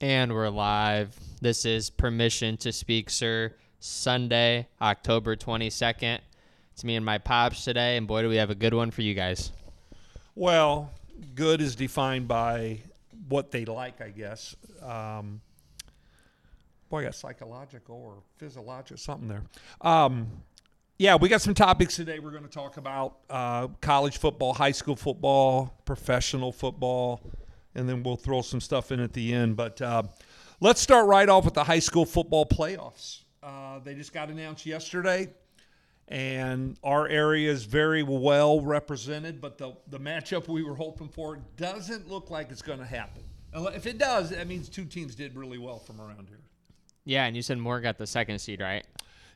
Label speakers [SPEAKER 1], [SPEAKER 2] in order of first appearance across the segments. [SPEAKER 1] And we're live. This is Permission to Speak, Sir, Sunday, October 22nd. It's me and my pops today, and boy, do we have a good one for you guys.
[SPEAKER 2] Well, good is defined by what they like, I guess. Um, boy, I got psychological or physiological, something there. Um, yeah, we got some topics today. We're going to talk about uh, college football, high school football, professional football, and then we'll throw some stuff in at the end. But uh, let's start right off with the high school football playoffs. Uh, they just got announced yesterday and our area is very well represented. But the the matchup we were hoping for doesn't look like it's going to happen. Unle- If it does, that means two teams did really well from around here.
[SPEAKER 1] Yeah, and you said Moore got the second seed, right?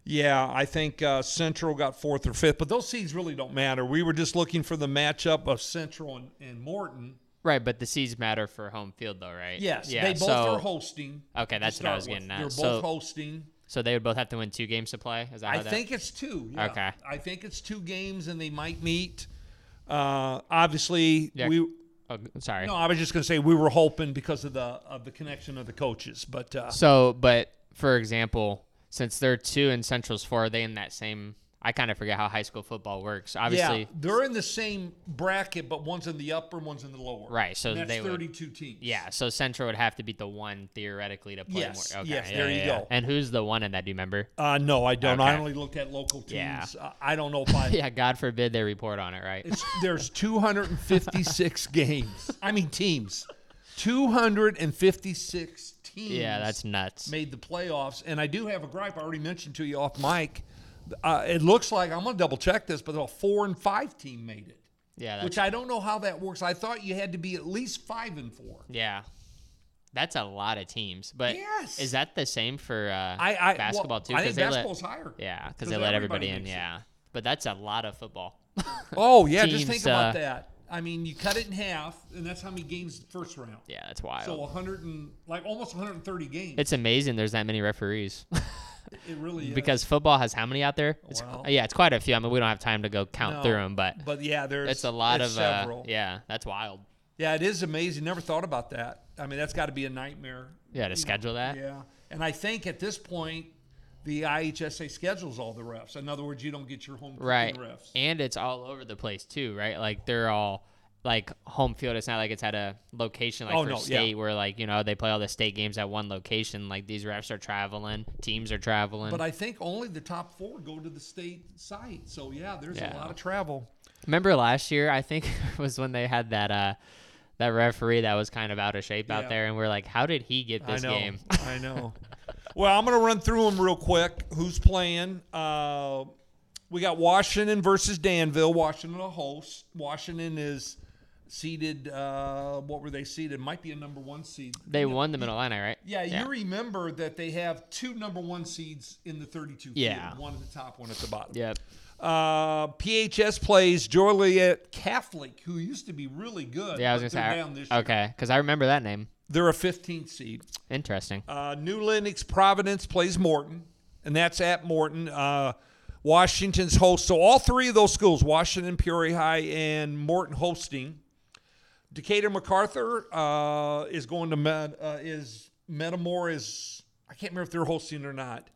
[SPEAKER 2] Yeah, I think uh, Central got fourth or fifth, but those seeds really don't matter. We were just looking for the matchup of Central and, and Morton.
[SPEAKER 1] Right, but the seeds matter for home field, though, right?
[SPEAKER 2] Yes,
[SPEAKER 1] yeah,
[SPEAKER 2] they both
[SPEAKER 1] so,
[SPEAKER 2] are hosting.
[SPEAKER 1] Okay,
[SPEAKER 2] to
[SPEAKER 1] that's what I
[SPEAKER 2] start
[SPEAKER 1] was
[SPEAKER 2] with.
[SPEAKER 1] getting at.
[SPEAKER 2] They're both
[SPEAKER 1] So-
[SPEAKER 2] hosting.
[SPEAKER 1] So they would both have to win two games to play. Is that how
[SPEAKER 2] I
[SPEAKER 1] that-
[SPEAKER 2] think it's two. yeah.
[SPEAKER 1] Okay.
[SPEAKER 2] I think it's two games, and they might meet. Uh, obviously,
[SPEAKER 1] Yeah.
[SPEAKER 2] we
[SPEAKER 1] Oh, g- sorry.
[SPEAKER 2] No, I was just going to say we were hoping because of the of the connection of the coaches, but uh,
[SPEAKER 1] So, but for example, since they're two and Central's four, are they in that same? I kind of forget how high school football works. Obviously,
[SPEAKER 2] yeah, they're in the same bracket, but one's in the upper, one's in the lower.
[SPEAKER 1] Right, so
[SPEAKER 2] And that's
[SPEAKER 1] they would-
[SPEAKER 2] thirty-two teams.
[SPEAKER 1] Yeah, so Central would have to beat the one theoretically to play
[SPEAKER 2] Yes,
[SPEAKER 1] more.
[SPEAKER 2] yes, there you go.
[SPEAKER 1] And who's the one in that? Do you remember?
[SPEAKER 2] Uh, no, I don't. I
[SPEAKER 1] Okay.
[SPEAKER 2] only looked at local teams.
[SPEAKER 1] Yeah.
[SPEAKER 2] Uh, I don't know if I.
[SPEAKER 1] Yeah, God forbid they report on it, right?
[SPEAKER 2] it's, there's two hundred and fifty-six games. I mean teams. Two hundred and fifty-six teams.
[SPEAKER 1] Yeah, that's nuts.
[SPEAKER 2] made the playoffs. And I do have a gripe. I already mentioned to you off mic. Uh, it looks like I'm going to double check this, but a four and five team made it.
[SPEAKER 1] Yeah, that's,
[SPEAKER 2] which I don't know how that works. I thought you had to be at least five and four.
[SPEAKER 1] yeah, that's a lot of teams. But
[SPEAKER 2] Yes.
[SPEAKER 1] is that the same for uh,
[SPEAKER 2] I, I
[SPEAKER 1] basketball
[SPEAKER 2] well,
[SPEAKER 1] too?
[SPEAKER 2] I think
[SPEAKER 1] they let-
[SPEAKER 2] basketball's higher.
[SPEAKER 1] yeah, because
[SPEAKER 2] 'cause
[SPEAKER 1] they let everybody,
[SPEAKER 2] everybody
[SPEAKER 1] in.
[SPEAKER 2] makes it.
[SPEAKER 1] Yeah, but that's a lot of football.
[SPEAKER 2] Oh yeah,
[SPEAKER 1] Teams,
[SPEAKER 2] just think
[SPEAKER 1] uh,
[SPEAKER 2] about that. I mean, you cut it in half, and that's how many games the first round.
[SPEAKER 1] yeah, that's wild.
[SPEAKER 2] So uh, 100 and like almost 130 games.
[SPEAKER 1] it's amazing. There's that many referees
[SPEAKER 2] it really is.
[SPEAKER 1] because football has how many out there? It's,
[SPEAKER 2] Wow.
[SPEAKER 1] Yeah, it's quite a few. I mean, we don't have time to go count
[SPEAKER 2] No,
[SPEAKER 1] through 'em, through them, but
[SPEAKER 2] but yeah, there's
[SPEAKER 1] it's a lot
[SPEAKER 2] there's
[SPEAKER 1] of
[SPEAKER 2] several.
[SPEAKER 1] uh, yeah. That's wild.
[SPEAKER 2] Yeah, it is amazing. Never thought about that. I mean, that's got to be a nightmare.
[SPEAKER 1] Yeah, to
[SPEAKER 2] you know.
[SPEAKER 1] schedule that?
[SPEAKER 2] Yeah, and I think at this point, the IHSA schedules all the refs. In other words, you don't get your home cooking
[SPEAKER 1] right
[SPEAKER 2] refs.
[SPEAKER 1] and it's all over the place too right like they're all like home field it's not like it's at a location like
[SPEAKER 2] Oh,
[SPEAKER 1] for
[SPEAKER 2] no, yeah.
[SPEAKER 1] state where like you know they play all the state games at one location like these refs are traveling teams are traveling
[SPEAKER 2] But I think only the top four go to the state site. So yeah, there's
[SPEAKER 1] Yeah.
[SPEAKER 2] a lot of travel.
[SPEAKER 1] remember last year i think was when they had that uh that referee that was kind of out of shape out
[SPEAKER 2] Yeah.
[SPEAKER 1] there and we're like how did he get this
[SPEAKER 2] I know.
[SPEAKER 1] game
[SPEAKER 2] I know. Well, I'm going to run through them real quick. Who's playing? Uh, we got Washington versus Danville. Washington a host. Washington is seeded. Uh, what were they seeded? Might be a number one seed.
[SPEAKER 1] they won the middle line right
[SPEAKER 2] Yeah, you remember that they have two number one seeds in the 32
[SPEAKER 1] Yeah.
[SPEAKER 2] field, one at the top, one at the bottom.
[SPEAKER 1] yep
[SPEAKER 2] Uh, PHS plays Joliet Catholic, who used to be really good.
[SPEAKER 1] yeah i was
[SPEAKER 2] but
[SPEAKER 1] gonna say
[SPEAKER 2] they're
[SPEAKER 1] I-
[SPEAKER 2] down this year.
[SPEAKER 1] okay because i remember that name
[SPEAKER 2] They're a 15th seed.
[SPEAKER 1] interesting
[SPEAKER 2] Uh, New Lenox Providence plays Morton, and that's at Morton. Uh, Washington's host. So all three of those schools, Washington, Peoria High, and Morton hosting. Decatur MacArthur uh, is going to Med, uh, is Metamore is I can't remember if they're hosting or not.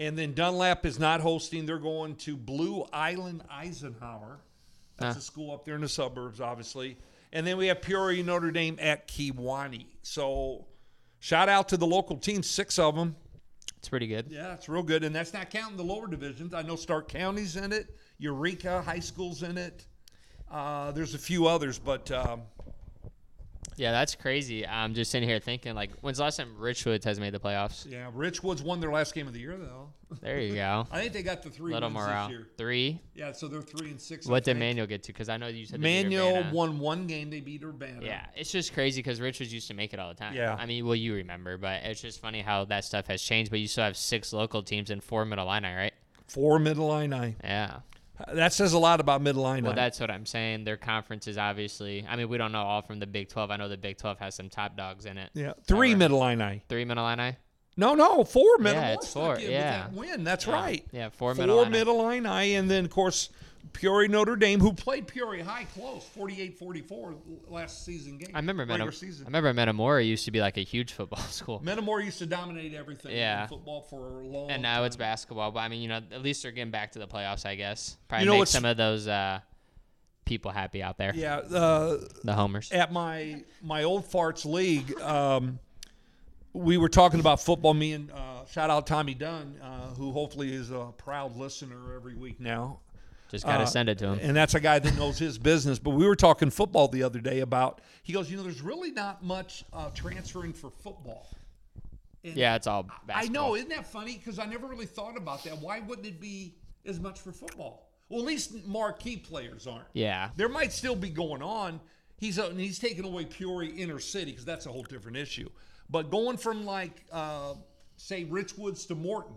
[SPEAKER 2] And then Dunlap is not hosting. They're going to Blue Island Eisenhower. That's a school up there in the suburbs, obviously. And then we have Peoria Notre Dame at Kiwani. So shout out to the local teams, six of them.
[SPEAKER 1] it's pretty good
[SPEAKER 2] Yeah, it's real good. And that's not counting the lower divisions. I know Stark County's in it, Eureka High School's in it. Uh, there's a few others, but um,
[SPEAKER 1] Yeah, that's crazy. I'm just sitting here thinking, like, when's the last time Richwoods has made the playoffs?
[SPEAKER 2] yeah, Richwood's won their last game of the year, though.
[SPEAKER 1] There you go.
[SPEAKER 2] I think they got the three
[SPEAKER 1] Little
[SPEAKER 2] wins
[SPEAKER 1] morale.
[SPEAKER 2] this year.
[SPEAKER 1] Three.
[SPEAKER 2] Yeah, so they're three and six. I
[SPEAKER 1] What did
[SPEAKER 2] think.
[SPEAKER 1] Manuel get to? Because I know you said they beat
[SPEAKER 2] Manuel
[SPEAKER 1] Urbana.
[SPEAKER 2] won one game. They beat Urbana.
[SPEAKER 1] Yeah, it's just crazy because Richards used to make it all the time.
[SPEAKER 2] Yeah.
[SPEAKER 1] I mean, well, you remember, but it's just funny how that stuff has changed. But you still have six local teams and four middle line, right?
[SPEAKER 2] Four middle Illini.
[SPEAKER 1] Yeah.
[SPEAKER 2] That says a lot about middle Illini.
[SPEAKER 1] Well, that's what I'm saying. Their conferences, obviously. I mean, we don't know all from the Big 12. I know the Big 12 has some top dogs in it.
[SPEAKER 2] yeah, three
[SPEAKER 1] Alright.
[SPEAKER 2] middle Illini.
[SPEAKER 1] Three middle line. eh?
[SPEAKER 2] No, no, four middle.
[SPEAKER 1] Yeah, it's
[SPEAKER 2] Morestock
[SPEAKER 1] four,
[SPEAKER 2] in with
[SPEAKER 1] yeah.
[SPEAKER 2] that win. That's right.
[SPEAKER 1] Yeah, four
[SPEAKER 2] Four
[SPEAKER 1] middle
[SPEAKER 2] middle,
[SPEAKER 1] line.
[SPEAKER 2] Illini, and then of course Peoria Notre Dame, who played Peoria High close, 48-44 last season game.
[SPEAKER 1] I remember
[SPEAKER 2] regular
[SPEAKER 1] Metam- I
[SPEAKER 2] season.
[SPEAKER 1] remember Metamora used to be like a huge football school,
[SPEAKER 2] Metamore used to dominate everything
[SPEAKER 1] Yeah.
[SPEAKER 2] in football for a long
[SPEAKER 1] and now it's basketball. But I mean, you know, at least they're getting back to the playoffs. I guess probably
[SPEAKER 2] You know
[SPEAKER 1] make
[SPEAKER 2] what's-
[SPEAKER 1] some of those uh, people happy out there,
[SPEAKER 2] Yeah, uh,
[SPEAKER 1] the homers.
[SPEAKER 2] at my my old farts league, um, we were talking about football. Me and uh, shout out Tommy Dunn, uh, who hopefully is a proud listener every week now,
[SPEAKER 1] Just gotta
[SPEAKER 2] uh,
[SPEAKER 1] send it to them.
[SPEAKER 2] and that's a guy that knows his business. But we were talking football the other day about. He goes, you know, there's really not much uh, transferring for football. And
[SPEAKER 1] Yeah, it's all.
[SPEAKER 2] I
[SPEAKER 1] Basketball.
[SPEAKER 2] know, isn't that funny? Because I never really thought about that. Why wouldn't it be as much for football? Well, at least marquee players aren't.
[SPEAKER 1] Yeah,
[SPEAKER 2] There might still be going on. He's uh, he's taking away Peoria inner city because that's a whole different issue. But going from like uh, say Richwoods to Morton,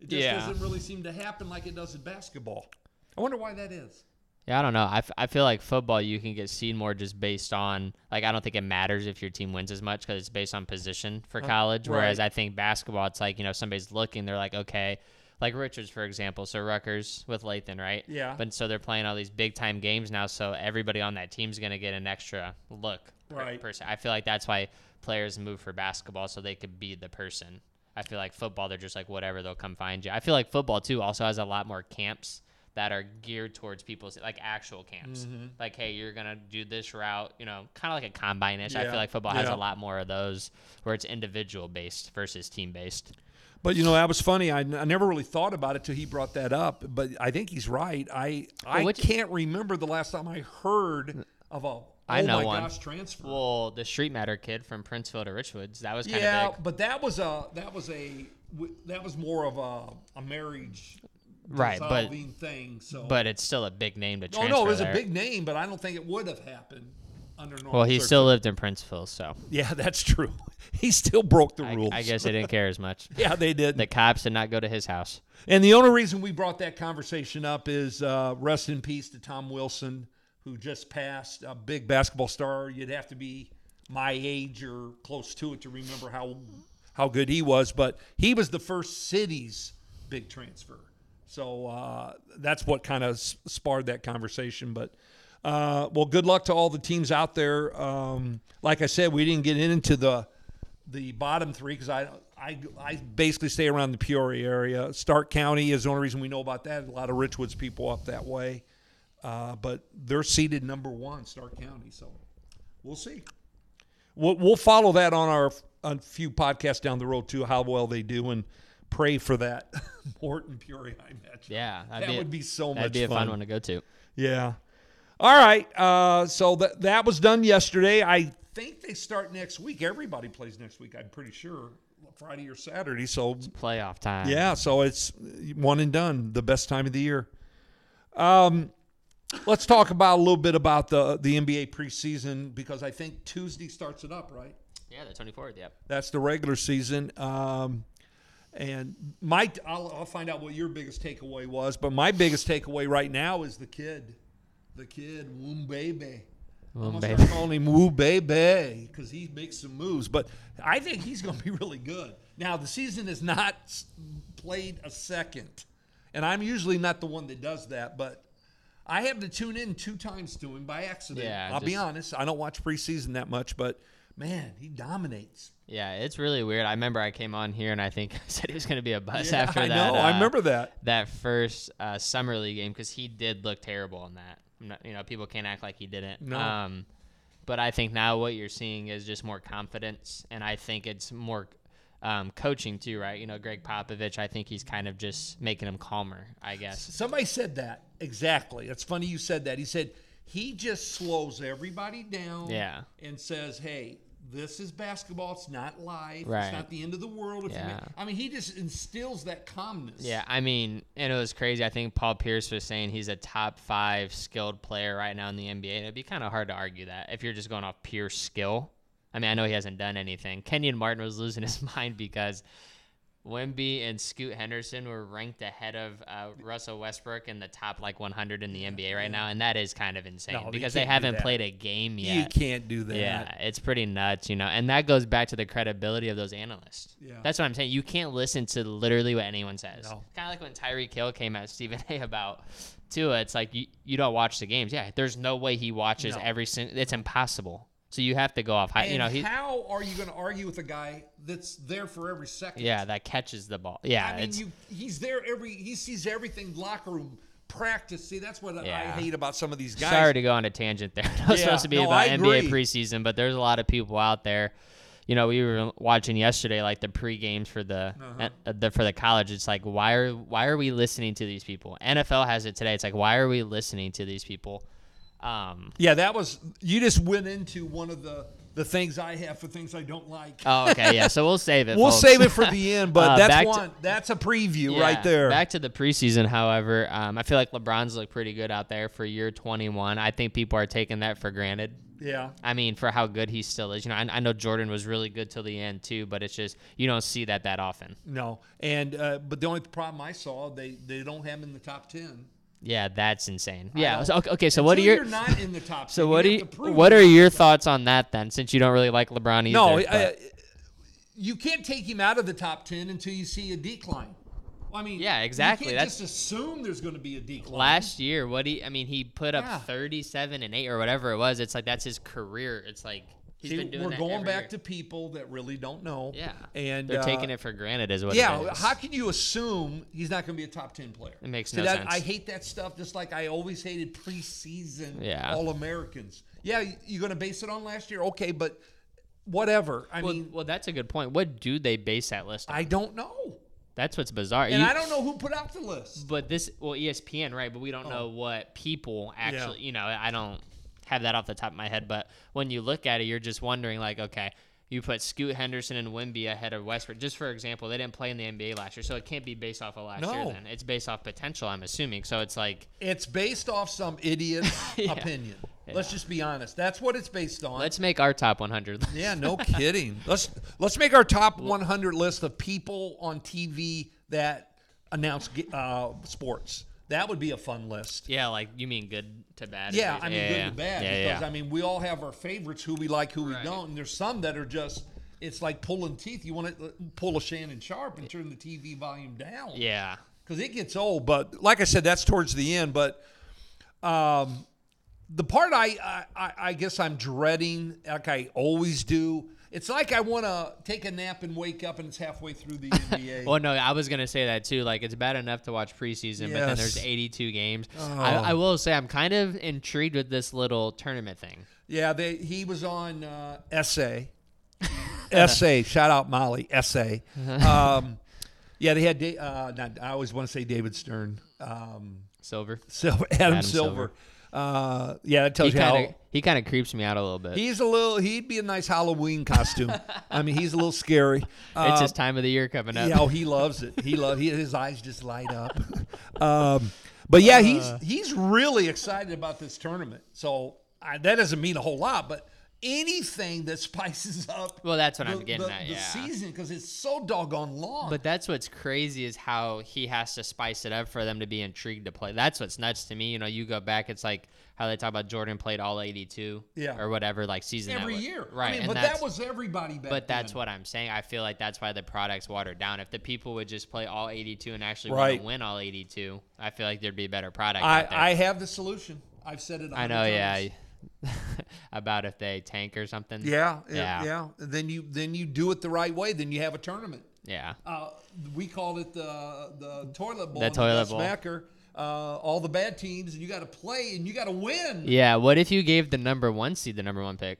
[SPEAKER 2] it just
[SPEAKER 1] Yeah.
[SPEAKER 2] doesn't really seem to happen like it does in basketball. I wonder why that is.
[SPEAKER 1] yeah. I don't know. I, f- I feel like football you can get seen more just based on like I don't think it matters if your team wins as much because it's based on position for
[SPEAKER 2] Uh,
[SPEAKER 1] college. Whereas I think basketball, it's like you know somebody's looking, they're like okay. Like Richards, for example, so Rutgers with Lathan, right?
[SPEAKER 2] Yeah.
[SPEAKER 1] But so they're playing all these big time games now, so everybody on that team's gonna get an extra look. per-
[SPEAKER 2] Right.
[SPEAKER 1] Per se. I feel like that's why players move for basketball so they could be the person. I feel like football, they're just like whatever, they'll come find you. I feel like football too also has a lot more camps that are geared towards people's like actual camps.
[SPEAKER 2] Mm-hmm.
[SPEAKER 1] Like, hey, you're gonna do this route, you know, kind of like a combine ish. I
[SPEAKER 2] Yeah.
[SPEAKER 1] feel like football has
[SPEAKER 2] Yeah.
[SPEAKER 1] a lot more of those where it's individual based versus team based.
[SPEAKER 2] But you know that was funny. I, I never really thought about it till he brought that up. But I think he's right. I I
[SPEAKER 1] what-
[SPEAKER 2] can't remember the last time I heard of a oh
[SPEAKER 1] I know
[SPEAKER 2] my
[SPEAKER 1] one.
[SPEAKER 2] gosh transfer.
[SPEAKER 1] Well, the Street Matter kid from Princeville to Richwoods, that was kind of
[SPEAKER 2] yeah,
[SPEAKER 1] big.
[SPEAKER 2] but that was a that was a w- that was more of a, a marriage
[SPEAKER 1] Right, but-
[SPEAKER 2] dissolving thing. So,
[SPEAKER 1] But it's still a big name to
[SPEAKER 2] oh
[SPEAKER 1] transfer.
[SPEAKER 2] no, it was
[SPEAKER 1] there.
[SPEAKER 2] a big name, but I don't think it would have happened under normal.
[SPEAKER 1] Well, he
[SPEAKER 2] circum-
[SPEAKER 1] still lived in Princeville, so
[SPEAKER 2] yeah, that's true. He still broke the
[SPEAKER 1] I,
[SPEAKER 2] rules.
[SPEAKER 1] I guess they didn't care as much.
[SPEAKER 2] Yeah, they did.
[SPEAKER 1] The cops did not go to his house.
[SPEAKER 2] and the only reason we brought that conversation up is uh, rest in peace to Tom Wilson, who just passed, a big basketball star. You'd have to be my age or close to it to remember how how good he was, but he was the first city's big transfer. So uh, that's what kind of sparred that conversation. But uh, well, good luck to all the teams out there. Um, like I said, we didn't get into the the bottom three because I, I I basically stay around the Peoria area. Stark County is the only reason we know about that. A lot of Richwoods people up that way, uh, but they're seated number one, Stark County. So we'll see. We'll, we'll follow that on our a few podcasts down the road too, how well they do, and pray for that Morton Peoria match.
[SPEAKER 1] Yeah,
[SPEAKER 2] that would be so
[SPEAKER 1] that'd
[SPEAKER 2] much
[SPEAKER 1] be a fun
[SPEAKER 2] fun.
[SPEAKER 1] one to go to.
[SPEAKER 2] Yeah. All right. Uh, so that that was done yesterday. I think they start next week. Everybody plays next week. I'm pretty sure Friday or Saturday. So
[SPEAKER 1] Playoff time.
[SPEAKER 2] yeah. So it's one and done. The best time of the year. Um, let's talk about a little bit about the the NBA preseason because I think Tuesday starts it up, right?
[SPEAKER 1] yeah, the twenty fourth. Yep.
[SPEAKER 2] That's the regular season. Um, and my, I'll, I'll find out what your biggest takeaway was, but my biggest takeaway right now is the kid, the kid Wumbebe. I'm gonna start
[SPEAKER 1] Wumbebe.
[SPEAKER 2] calling him Wumbebe because he makes some moves. But I think he's going to be really good. Now the season has not s- played a second, and I'm usually not the one that does that, but. I have to tune in two times to him by accident.
[SPEAKER 1] Yeah,
[SPEAKER 2] I'll be
[SPEAKER 1] just-
[SPEAKER 2] honest. I don't watch preseason that much, but man, he dominates.
[SPEAKER 1] Yeah, it's really weird. I remember I came on here and I think I said he was going to be a bust
[SPEAKER 2] Yeah,
[SPEAKER 1] after
[SPEAKER 2] I
[SPEAKER 1] that.
[SPEAKER 2] know. I
[SPEAKER 1] uh,
[SPEAKER 2] remember that.
[SPEAKER 1] that first uh, summer league game because he did look terrible in that. I'm not- you know, people can't act like he didn't.
[SPEAKER 2] No.
[SPEAKER 1] Um, but I think now what you're seeing is just more confidence, and I think it's more um, coaching too, right? You know, Greg Popovich. I think he's kind of just making him calmer. I guess.
[SPEAKER 2] Somebody said that exactly. It's funny you said that. He said he just slows everybody down.
[SPEAKER 1] Yeah.
[SPEAKER 2] And says, "Hey, this is basketball. It's not life.
[SPEAKER 1] Right.
[SPEAKER 2] It's not the end of the world." If you
[SPEAKER 1] Yeah.
[SPEAKER 2] ma- I mean, he just instills that calmness.
[SPEAKER 1] Yeah, I mean, and it was crazy. I think Paul Pierce was saying he's a top five skilled player right now in the NBA, and it'd be kind of hard to argue that if you're just going off pure skill. I mean, I know he hasn't done anything. Kenyon Martin was losing his mind because Wimby and Scoot Henderson were ranked ahead of uh, Russell Westbrook in the top like 100 in the NBA right now, and that is kind of insane
[SPEAKER 2] No, you
[SPEAKER 1] because they
[SPEAKER 2] can't do
[SPEAKER 1] haven't
[SPEAKER 2] that.
[SPEAKER 1] played a game yet.
[SPEAKER 2] You can't do that.
[SPEAKER 1] Yeah, it's pretty nuts, you know. And that goes back to the credibility of those analysts.
[SPEAKER 2] Yeah.
[SPEAKER 1] That's what I'm saying. You can't listen to literally what anyone says.
[SPEAKER 2] No.
[SPEAKER 1] Kind of like when Tyreek Hill came at Stephen A about Tua. It's like you, you don't watch the games. Yeah, there's no way he watches
[SPEAKER 2] No.
[SPEAKER 1] every single. It's impossible. So you have to go off high.
[SPEAKER 2] And
[SPEAKER 1] You know, he
[SPEAKER 2] how are you going to argue with a guy that's there for every second?
[SPEAKER 1] yeah that catches the ball. Yeah,
[SPEAKER 2] I mean,
[SPEAKER 1] it's,
[SPEAKER 2] you, he's there every. He sees everything locker room practice. See, that's what
[SPEAKER 1] Yeah.
[SPEAKER 2] I hate about some of these guys.
[SPEAKER 1] Sorry to go on a tangent there. It was
[SPEAKER 2] Yeah,
[SPEAKER 1] supposed to be
[SPEAKER 2] no,
[SPEAKER 1] about
[SPEAKER 2] I
[SPEAKER 1] NBA
[SPEAKER 2] agree.
[SPEAKER 1] preseason, but there's a lot of people out there. You know, we were watching yesterday, like the pre games for the,
[SPEAKER 2] Uh-huh.
[SPEAKER 1] uh, the for the college. It's like, why are why are we listening to these people? NFL has it today. It's like, why are we listening to these people? Um,
[SPEAKER 2] Yeah, that was. You just went into one of the the things I have for things I don't like.
[SPEAKER 1] oh, okay, yeah. So we'll save it.
[SPEAKER 2] we'll
[SPEAKER 1] folks.
[SPEAKER 2] save it for the end, but
[SPEAKER 1] Uh, back
[SPEAKER 2] that's
[SPEAKER 1] to-
[SPEAKER 2] one. that's a preview
[SPEAKER 1] Yeah,
[SPEAKER 2] right there.
[SPEAKER 1] Back to the preseason, however, um, I feel like LeBron's looked pretty good out there for year 21. I think people are taking that for granted.
[SPEAKER 2] yeah.
[SPEAKER 1] I mean, for how good he still is, you know, I, I know Jordan was really good till the end too, but it's just you don't see that that often.
[SPEAKER 2] No, and uh, but the only problem I saw they they don't have him in the top ten.
[SPEAKER 1] Yeah, that's insane. Yeah.
[SPEAKER 2] know.
[SPEAKER 1] So, okay, okay, so what are
[SPEAKER 2] Until
[SPEAKER 1] your
[SPEAKER 2] You're not in the top.
[SPEAKER 1] so
[SPEAKER 2] 10,
[SPEAKER 1] what do
[SPEAKER 2] you
[SPEAKER 1] you,
[SPEAKER 2] have to prove
[SPEAKER 1] what
[SPEAKER 2] it.
[SPEAKER 1] are your thoughts on that then? Since you don't really like LeBron either.
[SPEAKER 2] No,
[SPEAKER 1] but-
[SPEAKER 2] I, you can't take him out of the top ten until you see a decline. I mean,
[SPEAKER 1] Yeah, exactly.
[SPEAKER 2] You can't
[SPEAKER 1] That's-
[SPEAKER 2] just assume there's going to be a decline.
[SPEAKER 1] last year, what he I mean, he put up
[SPEAKER 2] Yeah.
[SPEAKER 1] 37 and eight or whatever it was. It's like that's his career. It's like he's
[SPEAKER 2] See,
[SPEAKER 1] been doing.
[SPEAKER 2] we're
[SPEAKER 1] that
[SPEAKER 2] going
[SPEAKER 1] every
[SPEAKER 2] back
[SPEAKER 1] year.
[SPEAKER 2] to people that really don't know.
[SPEAKER 1] yeah,
[SPEAKER 2] and
[SPEAKER 1] they're
[SPEAKER 2] uh,
[SPEAKER 1] taking it for granted, is what. it
[SPEAKER 2] Yeah,
[SPEAKER 1] is.
[SPEAKER 2] how can you assume he's not going to be a top ten player?
[SPEAKER 1] It makes
[SPEAKER 2] See,
[SPEAKER 1] no
[SPEAKER 2] that,
[SPEAKER 1] sense.
[SPEAKER 2] I hate that stuff. Just like I always hated preseason
[SPEAKER 1] Yeah.
[SPEAKER 2] All Americans. Yeah, y- you're going to base it on last year, okay? But whatever. I
[SPEAKER 1] well,
[SPEAKER 2] mean,
[SPEAKER 1] well, that's a good point. What do they base that list? on?
[SPEAKER 2] I don't know,
[SPEAKER 1] That's what's bizarre.
[SPEAKER 2] and
[SPEAKER 1] You-
[SPEAKER 2] I don't know who put out the list.
[SPEAKER 1] But this, well, E ESPN, right? But we
[SPEAKER 2] Oh.
[SPEAKER 1] don't know what people actually, you know, I don't have that off the top of my head. But when you look at it, you're just wondering, like, okay, you put Scoot Henderson and Wimby ahead of Westbrook. Just for example, they didn't play in the NBA last year, so it can't be based off of last year.
[SPEAKER 2] No.
[SPEAKER 1] Then it's based off potential, I'm assuming. So it's like,
[SPEAKER 2] It's based off some idiot's
[SPEAKER 1] Yeah.
[SPEAKER 2] opinion. Let's just be honest. That's what it's based on.
[SPEAKER 1] let's make our top 100. list.
[SPEAKER 2] yeah, no kidding. Let's let's make our top 100 list of people on TV that announce ge- uh, sports. That would be a fun list.
[SPEAKER 1] yeah, like you mean good to bad? is
[SPEAKER 2] Yeah,
[SPEAKER 1] basi-
[SPEAKER 2] I mean, good to bad.
[SPEAKER 1] Yeah,
[SPEAKER 2] because,
[SPEAKER 1] yeah.
[SPEAKER 2] I mean, we all have our favorites who we like, who we
[SPEAKER 1] Right.
[SPEAKER 2] don't. And there's some that are just, it's like pulling teeth. You want to pull a Shannon Sharp and turn the TV volume down.
[SPEAKER 1] yeah.
[SPEAKER 2] Because it gets old. But like I said, that's towards the end. But um, the part I, I- I, I guess I'm dreading, like I always do, it's like I want to take a nap and wake up and it's halfway through the NBA.
[SPEAKER 1] Well, no, I was gonna say that too. Like, it's bad enough to watch preseason, but then there's
[SPEAKER 2] Yes. Oh.
[SPEAKER 1] 82 games. I, I will say, I'm kind of intrigued with this little tournament thing.
[SPEAKER 2] Yeah, they, he was on uh, Essay. Essay. Shout out Molly. Essay.
[SPEAKER 1] Uh-huh.
[SPEAKER 2] Um, yeah, they had. Da- Uh, not, I always want to say David Stern. Um,
[SPEAKER 1] Silver.
[SPEAKER 2] Silver, Adam, Silver.
[SPEAKER 1] Silver.
[SPEAKER 2] Uh, yeah, that
[SPEAKER 1] He
[SPEAKER 2] tells you how.
[SPEAKER 1] kind of he kind of creeps me out a little bit.
[SPEAKER 2] He's a little. He'd be a nice Halloween costume. I mean, he's a little scary. Uh,
[SPEAKER 1] it's his time of the year coming up.
[SPEAKER 2] yeah, oh, he loves it. He love. He, his eyes just light up. Uh. um, but yeah, he's he's really excited about this tournament. So I, that doesn't mean a whole lot, but anything that spices up.
[SPEAKER 1] Well, that's what I'm
[SPEAKER 2] the-
[SPEAKER 1] getting
[SPEAKER 2] the,
[SPEAKER 1] at,
[SPEAKER 2] the
[SPEAKER 1] yeah.
[SPEAKER 2] season because it's so doggone long.
[SPEAKER 1] But that's what's crazy is how he has to spice it up for them to be intrigued to play. That's what's nuts to me. You know, you go back, it's like how they talk about Jordan played all 82
[SPEAKER 2] Yeah.
[SPEAKER 1] or whatever, like season that
[SPEAKER 2] every
[SPEAKER 1] was-
[SPEAKER 2] year,
[SPEAKER 1] Right.
[SPEAKER 2] I mean,
[SPEAKER 1] and
[SPEAKER 2] but
[SPEAKER 1] that's,
[SPEAKER 2] that was everybody back
[SPEAKER 1] But that's
[SPEAKER 2] then.
[SPEAKER 1] what I'm saying. I feel like that's why the product's watered down. If the people would just play all 82 and actually want
[SPEAKER 2] Right.
[SPEAKER 1] to win all 82, I feel like there'd be a better product. out there.
[SPEAKER 2] I I have the solution. I've said it. a
[SPEAKER 1] I
[SPEAKER 2] hundred
[SPEAKER 1] know,
[SPEAKER 2] times.
[SPEAKER 1] yeah. About if they tank or something.
[SPEAKER 2] Yeah,
[SPEAKER 1] Yeah.
[SPEAKER 2] yeah, yeah. Then you then you do it the right way. Then you have a tournament.
[SPEAKER 1] Yeah.
[SPEAKER 2] uh, we called it the the toilet bowl.
[SPEAKER 1] The
[SPEAKER 2] and
[SPEAKER 1] toilet
[SPEAKER 2] Gus
[SPEAKER 1] bowl.
[SPEAKER 2] Macker, uh, all the bad teams, and you got to play and you got to win.
[SPEAKER 1] Yeah. What if you gave the number one seed the number one pick?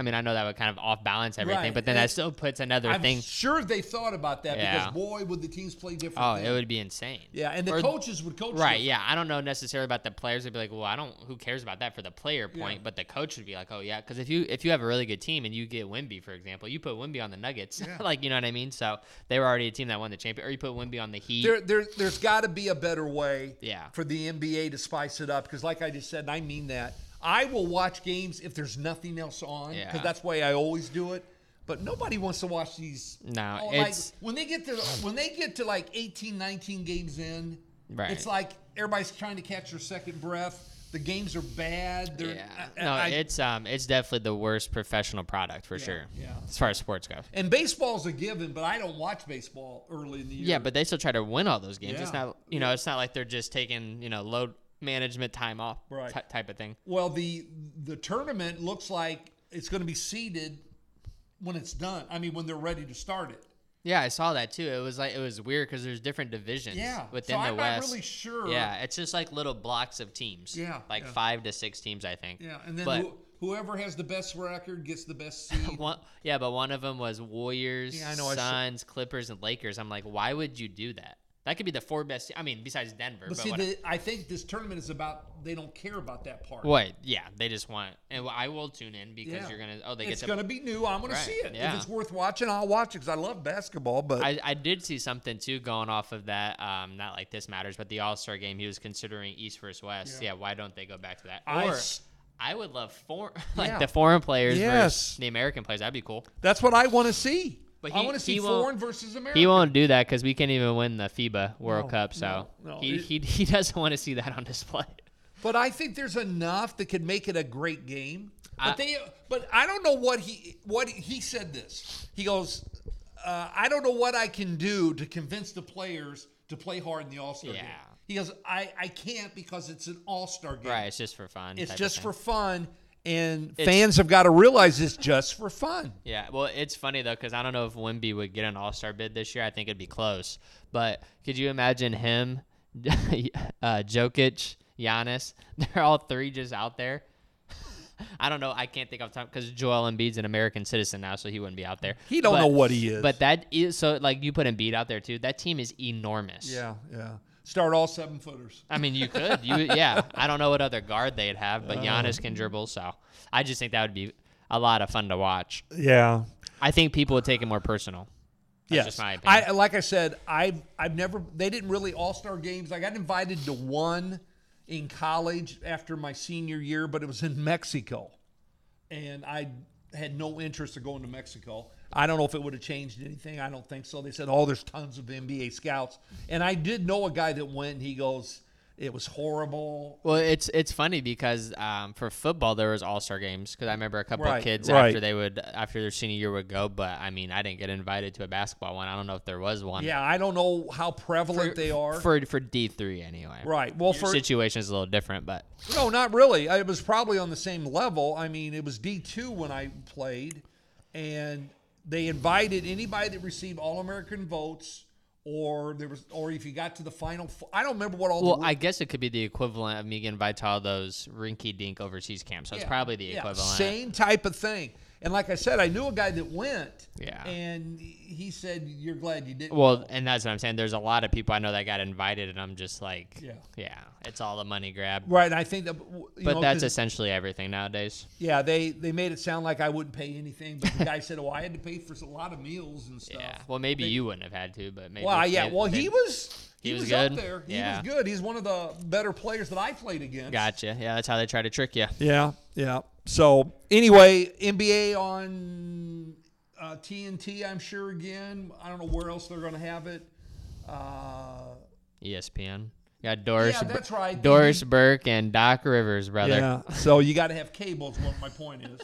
[SPEAKER 1] I mean, I know that would kind of off balance everything,
[SPEAKER 2] Right,
[SPEAKER 1] but then
[SPEAKER 2] and
[SPEAKER 1] that
[SPEAKER 2] it's-
[SPEAKER 1] still puts another
[SPEAKER 2] I'm
[SPEAKER 1] thing.
[SPEAKER 2] sure they thought about that
[SPEAKER 1] Yeah.
[SPEAKER 2] because boy, would the teams play different?
[SPEAKER 1] Oh,
[SPEAKER 2] then.
[SPEAKER 1] it would be insane.
[SPEAKER 2] Yeah, and the
[SPEAKER 1] or-
[SPEAKER 2] coaches would coach.
[SPEAKER 1] Right.
[SPEAKER 2] different.
[SPEAKER 1] Yeah. I don't know necessarily about the players. They'd be like, well, I don't. Who cares about that for the player point?
[SPEAKER 2] Yeah.
[SPEAKER 1] But the coach would be like, oh yeah, because if you if you have a really good team and you get Wimby, for example, you put Wimby on the Nuggets, like you know what I mean. So they were already a team that won the champion, or you put Wimby on the Heat.
[SPEAKER 2] There, there, there's got to be a better way.
[SPEAKER 1] Yeah.
[SPEAKER 2] For the NBA to spice it up, because like I just said, and I mean that. I will watch games if there's nothing else on,
[SPEAKER 1] Yeah.
[SPEAKER 2] because that's why I always do it. But nobody wants to watch these.
[SPEAKER 1] No,
[SPEAKER 2] all
[SPEAKER 1] it's-
[SPEAKER 2] night. when they get to when they get to like 18, 19 games in.
[SPEAKER 1] Right.
[SPEAKER 2] It's like everybody's trying to catch their second breath. The games are bad. They're,
[SPEAKER 1] Yeah.
[SPEAKER 2] I-
[SPEAKER 1] no,
[SPEAKER 2] I-
[SPEAKER 1] it's um, it's definitely the worst professional product for
[SPEAKER 2] Yeah,
[SPEAKER 1] sure.
[SPEAKER 2] yeah.
[SPEAKER 1] As far as sports go.
[SPEAKER 2] and baseball's a given, but I don't watch baseball early in the year.
[SPEAKER 1] Yeah, but they still try to win all those games. It's
[SPEAKER 2] Yeah.
[SPEAKER 1] not, you know, it's not like they're just taking, you know, load management time off
[SPEAKER 2] Right.
[SPEAKER 1] ty- type of thing.
[SPEAKER 2] Well, the the tournament looks like it's going to be seeded when it's done. I mean, when they're ready to start it.
[SPEAKER 1] Yeah, I saw that too. It was like it was weird because there's different divisions
[SPEAKER 2] Yeah.
[SPEAKER 1] within
[SPEAKER 2] so
[SPEAKER 1] the
[SPEAKER 2] I'm
[SPEAKER 1] West.
[SPEAKER 2] not really sure.
[SPEAKER 1] Yeah, it's just like little blocks of teams.
[SPEAKER 2] Yeah,
[SPEAKER 1] like
[SPEAKER 2] yeah.
[SPEAKER 1] five to six teams, I think.
[SPEAKER 2] Yeah, and then
[SPEAKER 1] But-
[SPEAKER 2] who, whoever has the best record gets the best seed.
[SPEAKER 1] One, yeah, but one of them was Warriors,
[SPEAKER 2] Yeah, I know, I saw-
[SPEAKER 1] Suns, Clippers, and Lakers. I'm like, why would you do that? That could be the four best. I mean, besides Denver, but,
[SPEAKER 2] But see,
[SPEAKER 1] whatever.
[SPEAKER 2] the, I think this tournament is about they don't care about that part.
[SPEAKER 1] What? Yeah, they just want, and I will tune in because
[SPEAKER 2] Yeah.
[SPEAKER 1] you're gonna. Oh, they
[SPEAKER 2] it's
[SPEAKER 1] get to.
[SPEAKER 2] going to be new. I'm going
[SPEAKER 1] Right,
[SPEAKER 2] to see it.
[SPEAKER 1] yeah.
[SPEAKER 2] If it's worth watching, I'll watch it because I love basketball. But
[SPEAKER 1] I, I did see something too going off of that. Um, not like this matters, but the All Star game. He was considering East versus West. Yeah.
[SPEAKER 2] Yeah.
[SPEAKER 1] why don't they go back to that?
[SPEAKER 2] I
[SPEAKER 1] or
[SPEAKER 2] s-
[SPEAKER 1] I would love for like
[SPEAKER 2] Yeah.
[SPEAKER 1] the foreign players versus
[SPEAKER 2] Yes.
[SPEAKER 1] the American players. That'd be cool.
[SPEAKER 2] that's what I want to see.
[SPEAKER 1] But
[SPEAKER 2] I
[SPEAKER 1] he-
[SPEAKER 2] want to see
[SPEAKER 1] he won't-
[SPEAKER 2] foreign versus American.
[SPEAKER 1] He won't do that because we can't even win the FIBA World
[SPEAKER 2] No,
[SPEAKER 1] Cup. So
[SPEAKER 2] no, no,
[SPEAKER 1] he,
[SPEAKER 2] it-
[SPEAKER 1] he he doesn't want to see that on display.
[SPEAKER 2] But I think there's enough that could make it a great game. But
[SPEAKER 1] I-
[SPEAKER 2] they, but I don't know what he what he said. This he goes, uh, I don't know what I can do to convince the players to play hard in the All Star game.
[SPEAKER 1] Yeah.
[SPEAKER 2] He goes, I I can't because it's an All Star game.
[SPEAKER 1] Right, it's just for fun.
[SPEAKER 2] It's
[SPEAKER 1] type of
[SPEAKER 2] just
[SPEAKER 1] thing.
[SPEAKER 2] for fun, and fans have got to realize it's just for fun.
[SPEAKER 1] Yeah, well, it's funny though because I don't know if Wimby would get an All Star bid this year. I think it'd be close. But could you imagine him, uh, Jokic, Giannis? They're all three just out there. I don't know. I can't think of time because Joel Embiid's an American citizen now, so he wouldn't be out there.
[SPEAKER 2] He don't
[SPEAKER 1] But-
[SPEAKER 2] know what he is.
[SPEAKER 1] But that is so like you put Embiid out there too. That team is enormous.
[SPEAKER 2] yeah, yeah. Start all seven footers.
[SPEAKER 1] I mean, you could. You yeah. I don't know what other guard they'd have, but Giannis can dribble, so I just think that would be a lot of fun to watch.
[SPEAKER 2] Yeah,
[SPEAKER 1] I think people would take it more personal. That's just my opinion.
[SPEAKER 2] I like I said, I've I've never they didn't really all star games. I got invited to one in college after my senior year, but it was in Mexico. And I had no interest in going to Mexico. I don't know if it would have changed anything. I don't think so. They said, Oh, there's tons of NBA scouts. And I did know a guy that went and he goes, It was horrible.
[SPEAKER 1] Well, it's it's funny because um, for football there was All Star games because I remember a couple
[SPEAKER 2] Right,
[SPEAKER 1] of kids
[SPEAKER 2] right.
[SPEAKER 1] after they would after their senior year would go, but I mean I didn't get invited to a basketball one. I don't know if there was one.
[SPEAKER 2] Yeah, I don't know how prevalent they are.
[SPEAKER 1] for for D three anyway.
[SPEAKER 2] right. Well,
[SPEAKER 1] Your
[SPEAKER 2] for
[SPEAKER 1] situation is a little different, but
[SPEAKER 2] No, not really. I- It was probably on the same level. I mean, it was D2 when I played, and they invited anybody that received All American votes, or there was, or if you got to the final. f- I don't remember what all.
[SPEAKER 1] well,
[SPEAKER 2] the,
[SPEAKER 1] I guess it could be the equivalent of me getting invited to all those rinky dink overseas camps. So it's
[SPEAKER 2] yeah,
[SPEAKER 1] probably the
[SPEAKER 2] yeah,
[SPEAKER 1] equivalent.
[SPEAKER 2] Same type of thing. And like I said, I knew a guy that went.
[SPEAKER 1] Yeah.
[SPEAKER 2] And he said, "You're glad you didn't."
[SPEAKER 1] Well, and that's what I'm saying. There's a lot of people I know that got invited, and I'm just like, yeah,
[SPEAKER 2] Yeah.
[SPEAKER 1] it's all the money grab.
[SPEAKER 2] right. And I think that. w- You
[SPEAKER 1] But
[SPEAKER 2] know,
[SPEAKER 1] that's
[SPEAKER 2] 'cause-
[SPEAKER 1] essentially everything nowadays.
[SPEAKER 2] yeah. They they made it sound like I wouldn't pay anything, but the guy said, "Oh, I had to pay for a lot of meals and stuff."
[SPEAKER 1] Yeah. Well, maybe you wouldn't have had to, but maybe.
[SPEAKER 2] Well, yeah.
[SPEAKER 1] they-
[SPEAKER 2] well,
[SPEAKER 1] they-
[SPEAKER 2] he was he,
[SPEAKER 1] he was
[SPEAKER 2] was, up
[SPEAKER 1] good?
[SPEAKER 2] there. He
[SPEAKER 1] Yeah.
[SPEAKER 2] was good. He's one of the better players that I played against.
[SPEAKER 1] Gotcha. Yeah, that's how they try to trick you.
[SPEAKER 2] Yeah, yeah. So anyway, NBA on uh, TNT, I'm sure again. I don't know where else they're going to have it. Uh,
[SPEAKER 1] E ESPN. You got Doris.
[SPEAKER 2] Yeah,
[SPEAKER 1] Bur-
[SPEAKER 2] that's right. They
[SPEAKER 1] Doris
[SPEAKER 2] need-
[SPEAKER 1] Burke and Doc Rivers, brother.
[SPEAKER 2] yeah. so you got to have cable. Is what my point is,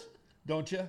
[SPEAKER 2] don't you?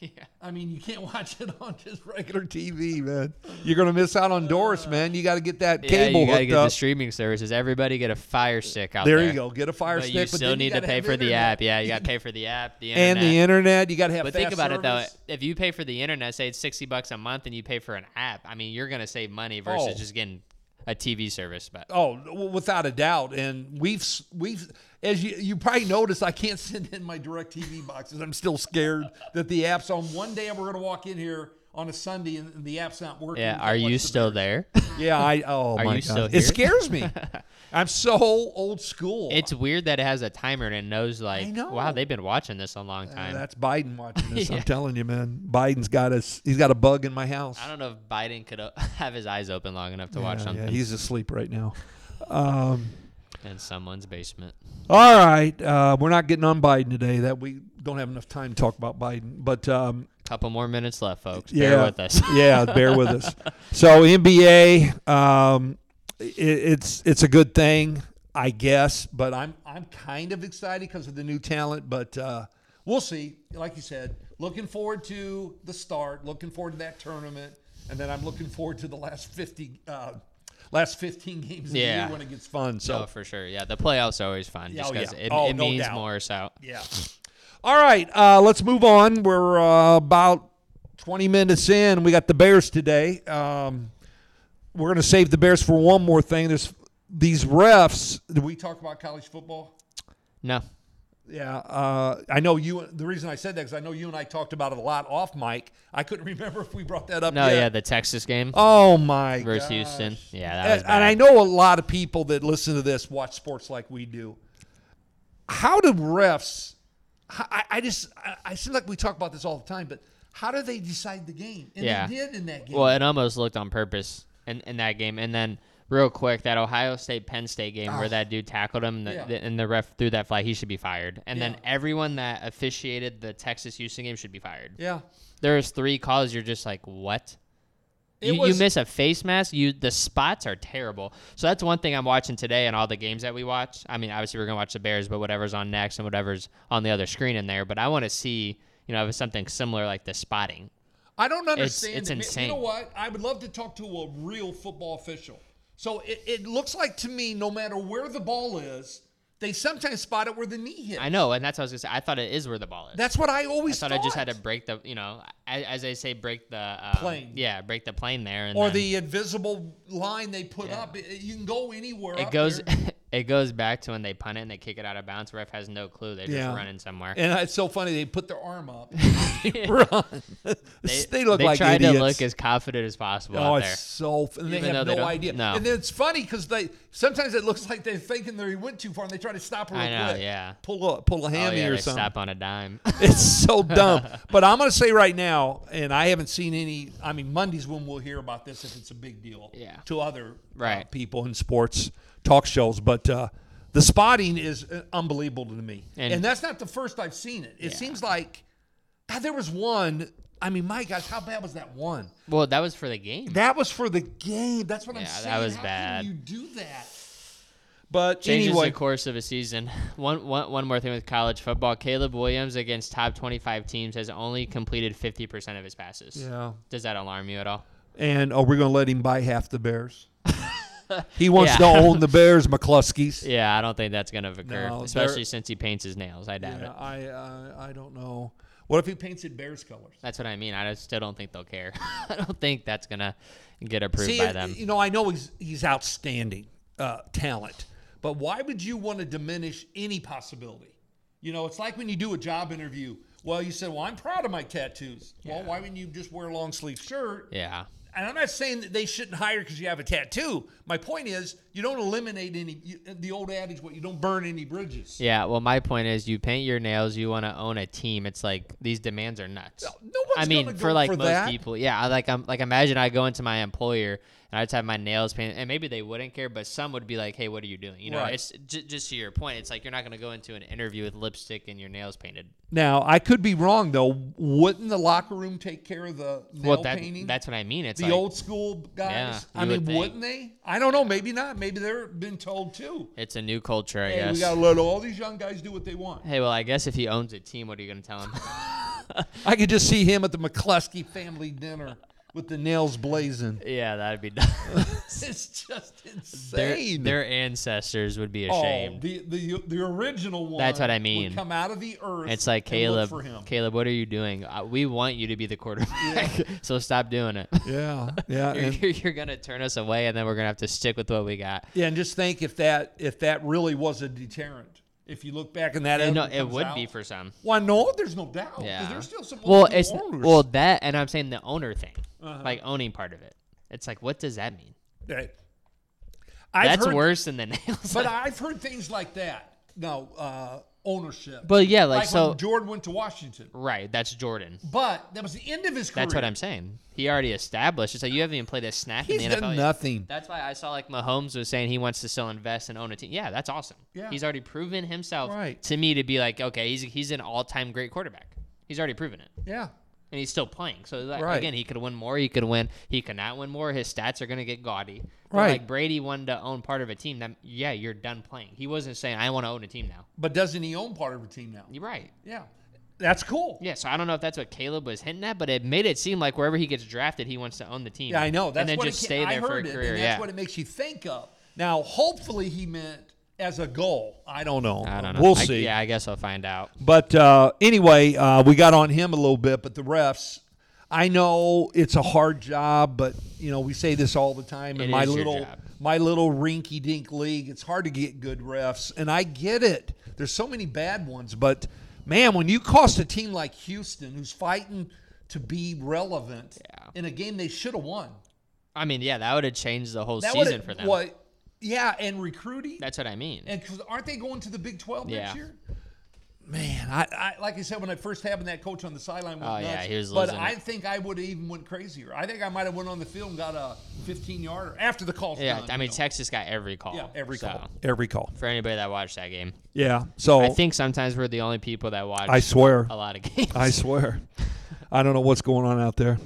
[SPEAKER 1] Yeah.
[SPEAKER 2] I mean, you can't watch it on just regular TV, man. Uh, You're going to miss out on Doris, man. You got to get that cable
[SPEAKER 1] you gotta
[SPEAKER 2] hooked
[SPEAKER 1] get
[SPEAKER 2] up.
[SPEAKER 1] the streaming services. Everybody get a Fire Stick out there.
[SPEAKER 2] there, you go. Get a fire
[SPEAKER 1] But
[SPEAKER 2] stick.
[SPEAKER 1] you
[SPEAKER 2] but
[SPEAKER 1] still
[SPEAKER 2] then
[SPEAKER 1] need to
[SPEAKER 2] gotta
[SPEAKER 1] pay
[SPEAKER 2] have
[SPEAKER 1] for the
[SPEAKER 2] internet.
[SPEAKER 1] app. Yeah, you gotta pay for the app, the
[SPEAKER 2] and
[SPEAKER 1] internet.
[SPEAKER 2] the internet. You got to have.
[SPEAKER 1] but think
[SPEAKER 2] fast
[SPEAKER 1] about
[SPEAKER 2] service.
[SPEAKER 1] it though. If you pay for the internet, say it's sixty bucks a month, and you pay for an app. I mean, you're gonna save money versus
[SPEAKER 2] Oh.
[SPEAKER 1] just getting a TV service. But
[SPEAKER 2] Oh, w- without a doubt. And we've s- we've as you you probably noticed, I can't send in my direct TV boxes. I'm still scared that the app's on. One day we're gonna walk in here on a Sunday and, and the app's not working.
[SPEAKER 1] yeah,
[SPEAKER 2] What's
[SPEAKER 1] are you
[SPEAKER 2] the-
[SPEAKER 1] still there?
[SPEAKER 2] Yeah, I oh my
[SPEAKER 1] you
[SPEAKER 2] god,
[SPEAKER 1] still here?
[SPEAKER 2] it scares me. I'm so old school.
[SPEAKER 1] It's weird that it has a timer and it knows like, wow,
[SPEAKER 2] know. Uh,
[SPEAKER 1] they've been watching this a long time.
[SPEAKER 2] that's Biden watching this.
[SPEAKER 1] Yeah.
[SPEAKER 2] I'm telling you, man. Biden's got us. He's got a bug in my house.
[SPEAKER 1] I don't know if Biden could o- have his eyes open long enough to watch
[SPEAKER 2] Yeah,
[SPEAKER 1] something
[SPEAKER 2] yeah, he's asleep right now. Um,
[SPEAKER 1] in someone's basement.
[SPEAKER 2] All right, uh, we're not getting on Biden today. That we don't have enough time to talk about Biden. But um,
[SPEAKER 1] Couple more minutes left, folks.
[SPEAKER 2] Yeah.
[SPEAKER 1] Bear with us.
[SPEAKER 2] yeah, bear with us. So NBA, um, i it's it's a good thing, I guess. But I'm I'm kind of excited because of the new talent. But uh, we'll see. Like you said, looking forward to the start. Looking forward to that tournament, and then I'm looking forward to the last fifty. Uh, Last 15 games of the
[SPEAKER 1] Yeah.
[SPEAKER 2] year when it gets fun. So,
[SPEAKER 1] Oh, for sure. Yeah, the playoffs are always fun just
[SPEAKER 2] Oh, yeah.
[SPEAKER 1] because it,
[SPEAKER 2] Oh,
[SPEAKER 1] it
[SPEAKER 2] no
[SPEAKER 1] means
[SPEAKER 2] doubt.
[SPEAKER 1] more. So
[SPEAKER 2] yeah. All right. Uh, let's move on. We're uh, about 20 minutes in. We got the Bears today. Um, we're going to save the Bears for one more thing. There's these refs. Did we talk about college football?
[SPEAKER 1] no,
[SPEAKER 2] Yeah, uh, I know you. The reason I said that because I know you and I talked about it a lot off mic. I couldn't remember if we brought that up.
[SPEAKER 1] no,
[SPEAKER 2] yet.
[SPEAKER 1] yeah, the Texas game
[SPEAKER 2] Oh my.
[SPEAKER 1] versus
[SPEAKER 2] gosh.
[SPEAKER 1] Houston. Yeah, that was
[SPEAKER 2] And, and
[SPEAKER 1] bad.
[SPEAKER 2] I know a lot of people that listen to this watch sports like we do. How do refs? h- I, I just I, I seem like we talk about this all the time, but how do they decide the game? And
[SPEAKER 1] Yeah.
[SPEAKER 2] they did in that game.
[SPEAKER 1] well, it almost looked on purpose in, in that game. And then real quick, that Ohio State Penn State game where that dude tackled him the,
[SPEAKER 2] Ah. Yeah.
[SPEAKER 1] the- and the ref threw that flag, he should be fired. And
[SPEAKER 2] Yeah.
[SPEAKER 1] then everyone that officiated the Texas Houston game should be fired.
[SPEAKER 2] yeah,
[SPEAKER 1] There's three calls. You're just like, what?
[SPEAKER 2] It
[SPEAKER 1] You,
[SPEAKER 2] was-
[SPEAKER 1] you miss a face mask. You the spots are terrible. So that's one thing I'm watching today and all the games that we watch. I mean, obviously we're gonna watch the Bears, but whatever's on next and whatever's on the other screen in there. But I want to see, you know, if it's something similar like the spotting.
[SPEAKER 2] I don't understand.
[SPEAKER 1] it's
[SPEAKER 2] it. Ma- You
[SPEAKER 1] insane.
[SPEAKER 2] know what? I would love to talk to a real football official. So it, it looks like to me, no matter where the ball is, they sometimes spot it where the knee hits.
[SPEAKER 1] I know, and that's what I was gonna say. I thought it is where the ball is.
[SPEAKER 2] That's what I always
[SPEAKER 1] I thought, I just had to break the, you know, as, as they say, break the um,
[SPEAKER 2] Plane.
[SPEAKER 1] Yeah, break the plane there, and
[SPEAKER 2] or
[SPEAKER 1] then
[SPEAKER 2] the invisible line they put up. It- You can go anywhere.
[SPEAKER 1] it
[SPEAKER 2] up
[SPEAKER 1] goes.
[SPEAKER 2] there.
[SPEAKER 1] It goes back to when they punt it and they kick it out of bounds. Ref has no clue. They're
[SPEAKER 2] Yeah.
[SPEAKER 1] just running somewhere.
[SPEAKER 2] And it's so funny they put their arm up. they run. They, look
[SPEAKER 1] they
[SPEAKER 2] like
[SPEAKER 1] try
[SPEAKER 2] idiots.
[SPEAKER 1] to look as confident as possible
[SPEAKER 2] oh,
[SPEAKER 1] out
[SPEAKER 2] it's
[SPEAKER 1] there.
[SPEAKER 2] so. f- And they
[SPEAKER 1] Even
[SPEAKER 2] have
[SPEAKER 1] though they
[SPEAKER 2] no
[SPEAKER 1] don't-
[SPEAKER 2] idea.
[SPEAKER 1] no.
[SPEAKER 2] And then it's funny because they sometimes it looks like they're thinking that he went too far and they try to stop her.
[SPEAKER 1] I know,
[SPEAKER 2] quick.
[SPEAKER 1] yeah.
[SPEAKER 2] Pull a pull a
[SPEAKER 1] Oh,
[SPEAKER 2] hammy
[SPEAKER 1] yeah,
[SPEAKER 2] or
[SPEAKER 1] they
[SPEAKER 2] something.
[SPEAKER 1] stop on a dime.
[SPEAKER 2] It's so dumb. But I'm going to say right now, and I haven't seen any. I mean, Monday's when we'll hear about this if it's a big deal
[SPEAKER 1] Yeah.
[SPEAKER 2] to other uh,
[SPEAKER 1] Right.
[SPEAKER 2] people in sports talk shows. But uh, the spotting is uh, unbelievable to me. And,
[SPEAKER 1] And-
[SPEAKER 2] that's not the first I've seen it. It
[SPEAKER 1] Yeah.
[SPEAKER 2] seems like God, there was one. I mean, my gosh, how bad was that one?
[SPEAKER 1] well, that was for the game.
[SPEAKER 2] That was for the game. That's what I'm
[SPEAKER 1] Mm. Yeah,
[SPEAKER 2] saying.
[SPEAKER 1] that was
[SPEAKER 2] how
[SPEAKER 1] bad.
[SPEAKER 2] Can you do that. But
[SPEAKER 1] Changes
[SPEAKER 2] anyway,
[SPEAKER 1] the course of a season. One, one, one more thing with college football. Caleb Williams against top 25 teams has only completed 50% of his passes.
[SPEAKER 2] yeah.
[SPEAKER 1] Does that alarm you at all?
[SPEAKER 2] And are we going to let him buy half the Bears? he wants to
[SPEAKER 1] Yeah.
[SPEAKER 2] own the Bears, McCluskies.
[SPEAKER 1] Yeah, I don't think that's going to occur,
[SPEAKER 2] No, they're-
[SPEAKER 1] especially since he paints his nails. I doubt it.
[SPEAKER 2] I uh, I don't know. What if he paints it Bears colors?
[SPEAKER 1] That's what I mean. I just still don't think they'll care. I don't think that's going to get approved
[SPEAKER 2] See,
[SPEAKER 1] by them.
[SPEAKER 2] you know, I know he's he's outstanding uh, talent, but why would you want to diminish any possibility? You know, it's like when you do a job interview. Well, you said, "Well, I'm proud of my tattoos." Well, why wouldn't you just wear a long sleeve shirt?
[SPEAKER 1] yeah.
[SPEAKER 2] And I'm not saying that they shouldn't hire because you have a tattoo. My point is, you don't eliminate any. You, the old adage, "What you don't burn any bridges."
[SPEAKER 1] Yeah, well, my point is, you paint your nails, you want to own a team. It's like these demands are nuts.
[SPEAKER 2] no one's
[SPEAKER 1] I mean,
[SPEAKER 2] gonna
[SPEAKER 1] for
[SPEAKER 2] go
[SPEAKER 1] like
[SPEAKER 2] for
[SPEAKER 1] most
[SPEAKER 2] that.
[SPEAKER 1] people, yeah. I like I'm like imagine I go into my employer and I just have my nails painted, and maybe they wouldn't care, but some would be like, "Hey, what are you doing?" You know,
[SPEAKER 2] Right.
[SPEAKER 1] it's j- just to your point. It's like you're not going to go into an interview with lipstick and your nails painted.
[SPEAKER 2] Now, I could be wrong though. Wouldn't the locker room take care of the nail
[SPEAKER 1] Well, that
[SPEAKER 2] painting?
[SPEAKER 1] that's what I mean. It's
[SPEAKER 2] the
[SPEAKER 1] like
[SPEAKER 2] old school guys.
[SPEAKER 1] Yeah,
[SPEAKER 2] I
[SPEAKER 1] you
[SPEAKER 2] mean,
[SPEAKER 1] would think.
[SPEAKER 2] wouldn't they? I don't know. Maybe not. Maybe they've been told too.
[SPEAKER 1] it's a new culture, I
[SPEAKER 2] Hey,
[SPEAKER 1] guess.
[SPEAKER 2] we gotta let all these young guys do what they want.
[SPEAKER 1] hey, well, I guess if he owns a team, what are you going to tell him?
[SPEAKER 2] I could just see him at the McCluskey family dinner with the nails blazing.
[SPEAKER 1] yeah, that'd be dumb.
[SPEAKER 2] It's just
[SPEAKER 1] their,
[SPEAKER 2] insane.
[SPEAKER 1] their ancestors would be
[SPEAKER 2] Oh,
[SPEAKER 1] ashamed.
[SPEAKER 2] the, the the original one.
[SPEAKER 1] That's what I
[SPEAKER 2] would
[SPEAKER 1] mean.
[SPEAKER 2] come out of the earth.
[SPEAKER 1] It's like
[SPEAKER 2] and
[SPEAKER 1] Caleb.
[SPEAKER 2] look for him.
[SPEAKER 1] Caleb, what are you doing? Uh, we want you to be the quarterback, so stop doing it.
[SPEAKER 2] Yeah, yeah.
[SPEAKER 1] You're,
[SPEAKER 2] and-
[SPEAKER 1] you're, you're gonna turn us away, and then we're gonna have to stick with what we got.
[SPEAKER 2] Yeah, and just think if that if that really was a deterrent. If you look back and that
[SPEAKER 1] You know,
[SPEAKER 2] evidence
[SPEAKER 1] it
[SPEAKER 2] comes
[SPEAKER 1] would
[SPEAKER 2] out-
[SPEAKER 1] be for some.
[SPEAKER 2] Why no? There's no doubt. 'cause
[SPEAKER 1] Yeah.
[SPEAKER 2] There's still some.
[SPEAKER 1] Well,
[SPEAKER 2] owners. Uh-huh.
[SPEAKER 1] it's well that, and I'm saying the owner thing, like owning part of it. It's like, what does that mean?
[SPEAKER 2] Right. I've
[SPEAKER 1] That's
[SPEAKER 2] heard,
[SPEAKER 1] worse than the nails.
[SPEAKER 2] But I've heard things like that. No uh, ownership.
[SPEAKER 1] But yeah, like,
[SPEAKER 2] like
[SPEAKER 1] so.
[SPEAKER 2] when Jordan went to Washington,
[SPEAKER 1] right, that's Jordan.
[SPEAKER 2] but that was the end of his career.
[SPEAKER 1] That's what I'm saying. He already established. It's like you haven't even played a snap
[SPEAKER 2] He's
[SPEAKER 1] in the NFL.
[SPEAKER 2] done
[SPEAKER 1] yet.
[SPEAKER 2] nothing.
[SPEAKER 1] That's why I saw like Mahomes was saying he wants to still invest and own a team. Yeah, that's awesome.
[SPEAKER 2] Yeah.
[SPEAKER 1] He's already proven himself
[SPEAKER 2] Right.
[SPEAKER 1] to me to be like, okay, he's he's an all time great quarterback. He's already proven it.
[SPEAKER 2] Yeah.
[SPEAKER 1] and he's still playing. So like,
[SPEAKER 2] Right.
[SPEAKER 1] again, he could win more. He could win. He could not win more. His stats are going to get gaudy. But
[SPEAKER 2] Right.
[SPEAKER 1] Like Brady wanted to own part of a team. That yeah, you're done playing. He wasn't saying I want to own a team now.
[SPEAKER 2] But doesn't he own part of a team now?
[SPEAKER 1] You're right.
[SPEAKER 2] Yeah, that's cool.
[SPEAKER 1] Yeah, so I don't know if that's what Caleb was hinting at, but it made it seem like wherever he gets drafted, he wants to own the team.
[SPEAKER 2] Yeah, I know. That's
[SPEAKER 1] and then
[SPEAKER 2] what
[SPEAKER 1] just
[SPEAKER 2] it,
[SPEAKER 1] stay
[SPEAKER 2] I
[SPEAKER 1] there for a
[SPEAKER 2] heard it,
[SPEAKER 1] career.
[SPEAKER 2] And that's
[SPEAKER 1] yeah,
[SPEAKER 2] what it makes you think of. Now, hopefully, he meant as a goal. I don't know.
[SPEAKER 1] I don't know.
[SPEAKER 2] We'll
[SPEAKER 1] I-
[SPEAKER 2] see.
[SPEAKER 1] yeah, I guess I'll find out.
[SPEAKER 2] But uh, anyway, uh, we got on him a little bit, but the refs. I know it's a hard job, but you know we say this all the time in
[SPEAKER 1] It
[SPEAKER 2] my
[SPEAKER 1] is your
[SPEAKER 2] little
[SPEAKER 1] job.
[SPEAKER 2] my little rinky-dink league. It's hard to get good refs, and I get it. There's so many bad ones, but man, when you cost a team like Houston, who's fighting to be relevant
[SPEAKER 1] Yeah.
[SPEAKER 2] in a game they should have won,
[SPEAKER 1] I mean, yeah, that would have changed the whole
[SPEAKER 2] that
[SPEAKER 1] season
[SPEAKER 2] would've-
[SPEAKER 1] for them.
[SPEAKER 2] What? Yeah, and recruiting.
[SPEAKER 1] That's what I mean.
[SPEAKER 2] And because aren't they going to the Big Twelve next
[SPEAKER 1] Yeah.
[SPEAKER 2] year? Man, I, I like I said when I first happened that coach on the sideline. went
[SPEAKER 1] Oh, yeah,
[SPEAKER 2] nuts.
[SPEAKER 1] he was
[SPEAKER 2] But
[SPEAKER 1] losing
[SPEAKER 2] I
[SPEAKER 1] it.
[SPEAKER 2] think I would have even went crazier. I think I might have went on the field and got a 15 yarder after the call.
[SPEAKER 1] yeah,
[SPEAKER 2] done,
[SPEAKER 1] I
[SPEAKER 2] you
[SPEAKER 1] mean,
[SPEAKER 2] know.
[SPEAKER 1] Texas got every call.
[SPEAKER 2] yeah, every
[SPEAKER 1] so,
[SPEAKER 2] call, every call.
[SPEAKER 1] For anybody that watched that game,
[SPEAKER 2] Yeah, so
[SPEAKER 1] I think sometimes we're the only people that watch
[SPEAKER 2] I swear,
[SPEAKER 1] a lot of games.
[SPEAKER 2] I swear, I don't know what's going on out there.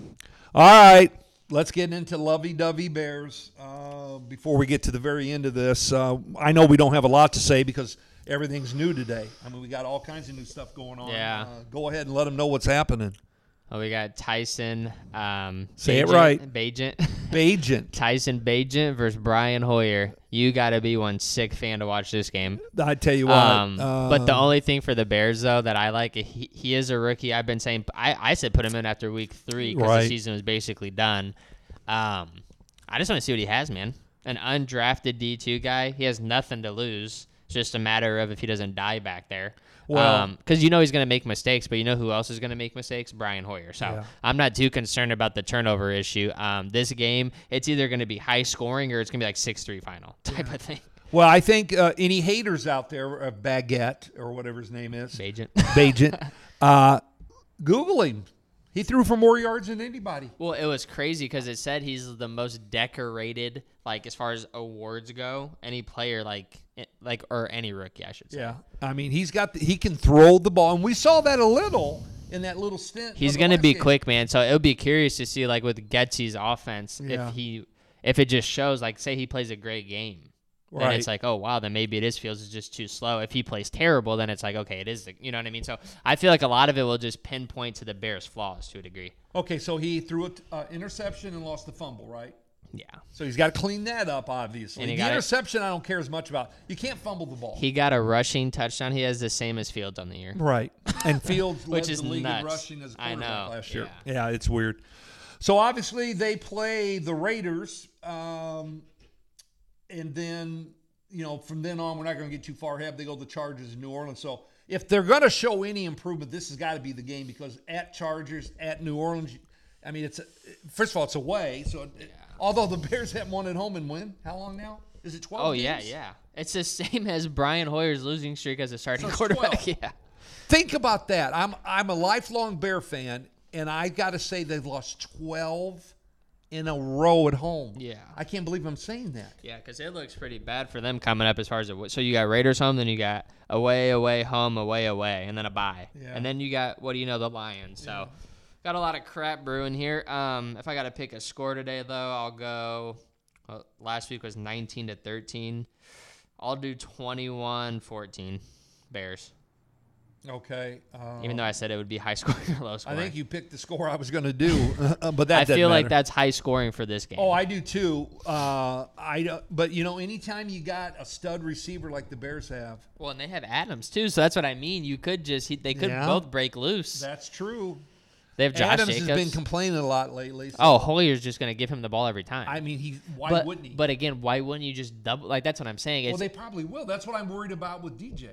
[SPEAKER 2] All right, let's get into lovey-dovey Bears uh, before we get to the very end of this. Uh, I know we don't have a lot to say because everything's new today. I mean, we got all kinds of new stuff going on.
[SPEAKER 1] Yeah.
[SPEAKER 2] Uh, go ahead and let them know what's happening.
[SPEAKER 1] Oh, we got Tyson. Um,
[SPEAKER 2] Say it
[SPEAKER 1] Bagent-
[SPEAKER 2] right.
[SPEAKER 1] Bagent.
[SPEAKER 2] Bajent.
[SPEAKER 1] Tyson Bagent versus Brian Hoyer. You got to be one sick fan to watch this game.
[SPEAKER 2] I tell you what.
[SPEAKER 1] Um,
[SPEAKER 2] uh,
[SPEAKER 1] but the only thing for the Bears though that I like, he, he is a rookie. I've been saying I, I said put him in after week three because
[SPEAKER 2] Right.
[SPEAKER 1] the season was basically done. Um, I just want to see what he has, man. An undrafted D two guy. He has nothing to lose. It's just a matter of if he doesn't die back there.
[SPEAKER 2] Well-
[SPEAKER 1] because you know he's going to make mistakes, but you know who else is going to make mistakes? Brian Hoyer. So
[SPEAKER 2] Yeah.
[SPEAKER 1] I'm not too concerned about the turnover issue. Um, this game, it's either going to be high scoring or it's going to be like six three final type of thing.
[SPEAKER 2] well, I think uh, any haters out there of Baguette or whatever his name is,
[SPEAKER 1] Agent.
[SPEAKER 2] Bajent, uh, Google him. He threw for more yards than anybody.
[SPEAKER 1] Well, it was crazy because it said he's the most decorated, like as far as awards go, any player, like i- like or any rookie, I should say.
[SPEAKER 2] Yeah, I mean he's got the, he can throw the ball, and we saw that a little in that little stint.
[SPEAKER 1] He's
[SPEAKER 2] of the
[SPEAKER 1] gonna
[SPEAKER 2] last
[SPEAKER 1] be
[SPEAKER 2] game.
[SPEAKER 1] quick, man. So it would be curious to see like with Getsy's offense
[SPEAKER 2] Yeah.
[SPEAKER 1] if he if it just shows like say he plays a great game. Then
[SPEAKER 2] Right.
[SPEAKER 1] it's like, oh wow, then maybe it is Fields is just too slow. If he plays terrible, then it's like, okay, it is the you know what I mean? So I feel like a lot of it will just pinpoint to the Bears flaws to a degree.
[SPEAKER 2] Okay, so he threw an uh, interception and lost the fumble, right?
[SPEAKER 1] Yeah.
[SPEAKER 2] So he's got to clean that up, obviously.
[SPEAKER 1] And he
[SPEAKER 2] the
[SPEAKER 1] got it-
[SPEAKER 2] interception, I don't care as much about. You can't fumble the ball.
[SPEAKER 1] He got a rushing touchdown. He has the same as Fields on the year.
[SPEAKER 2] Right. And Fields
[SPEAKER 1] Which
[SPEAKER 2] led
[SPEAKER 1] is
[SPEAKER 2] the league
[SPEAKER 1] nuts.
[SPEAKER 2] in rushing as a
[SPEAKER 1] I
[SPEAKER 2] quarterback
[SPEAKER 1] know,
[SPEAKER 2] last year. Yeah. it's weird. So obviously they play the Raiders, um, and then you know from then on we're not going to get too far ahead. They go to the Chargers in New Orleans. So if they're going to show any improvement, this has got to be the game because at Chargers at New Orleans, I mean it's first of all it's away. So it- although the Bears haven't won at home and win, how long now? Is it twelve?
[SPEAKER 1] Oh yeah,
[SPEAKER 2] games?
[SPEAKER 1] yeah. It's the same as Brian Hoyer's losing streak as a starting
[SPEAKER 2] it's
[SPEAKER 1] quarterback.
[SPEAKER 2] 12.
[SPEAKER 1] Yeah.
[SPEAKER 2] Think about that. I'm I'm a lifelong Bear fan, and I got to say they've lost twelve in a row at home.
[SPEAKER 1] Yeah.
[SPEAKER 2] I can't believe I'm saying that.
[SPEAKER 1] Yeah, because it looks pretty bad for them coming up as far as it, so you got Raiders home, then you got away, away, home, away, away, and then a bye,
[SPEAKER 2] Yeah.
[SPEAKER 1] and then you got what do you know the Lions. So got a lot of crap brewing here. Um, if I got to pick a score today though, I'll go. Well, last week was 19 to 13. I'll do 21-14 Bears.
[SPEAKER 2] Okay. Uh,
[SPEAKER 1] Even though I said it would be high scoring or low
[SPEAKER 2] I
[SPEAKER 1] scoring.
[SPEAKER 2] think you picked the score I was going to do, uh, but that
[SPEAKER 1] I
[SPEAKER 2] doesn't
[SPEAKER 1] feel like
[SPEAKER 2] matter.
[SPEAKER 1] that's high scoring for this game.
[SPEAKER 2] Oh, I do too. Uh, I don't- but you know, anytime you got a stud receiver like the Bears have,
[SPEAKER 1] Well, and they have Adams too, so that's what I mean. You could just he, they could
[SPEAKER 2] Yeah.
[SPEAKER 1] both break loose.
[SPEAKER 2] that's true.
[SPEAKER 1] they have Josh
[SPEAKER 2] Adams
[SPEAKER 1] Jacobs.
[SPEAKER 2] has been complaining a lot lately. So
[SPEAKER 1] oh, Hoyer's just gonna give him the ball every time.
[SPEAKER 2] I mean, he why
[SPEAKER 1] but
[SPEAKER 2] wouldn't he?
[SPEAKER 1] but again, why wouldn't you just double? Like that's what I'm saying.
[SPEAKER 2] well,
[SPEAKER 1] It's,
[SPEAKER 2] they probably will. That's what I'm worried about with DJ.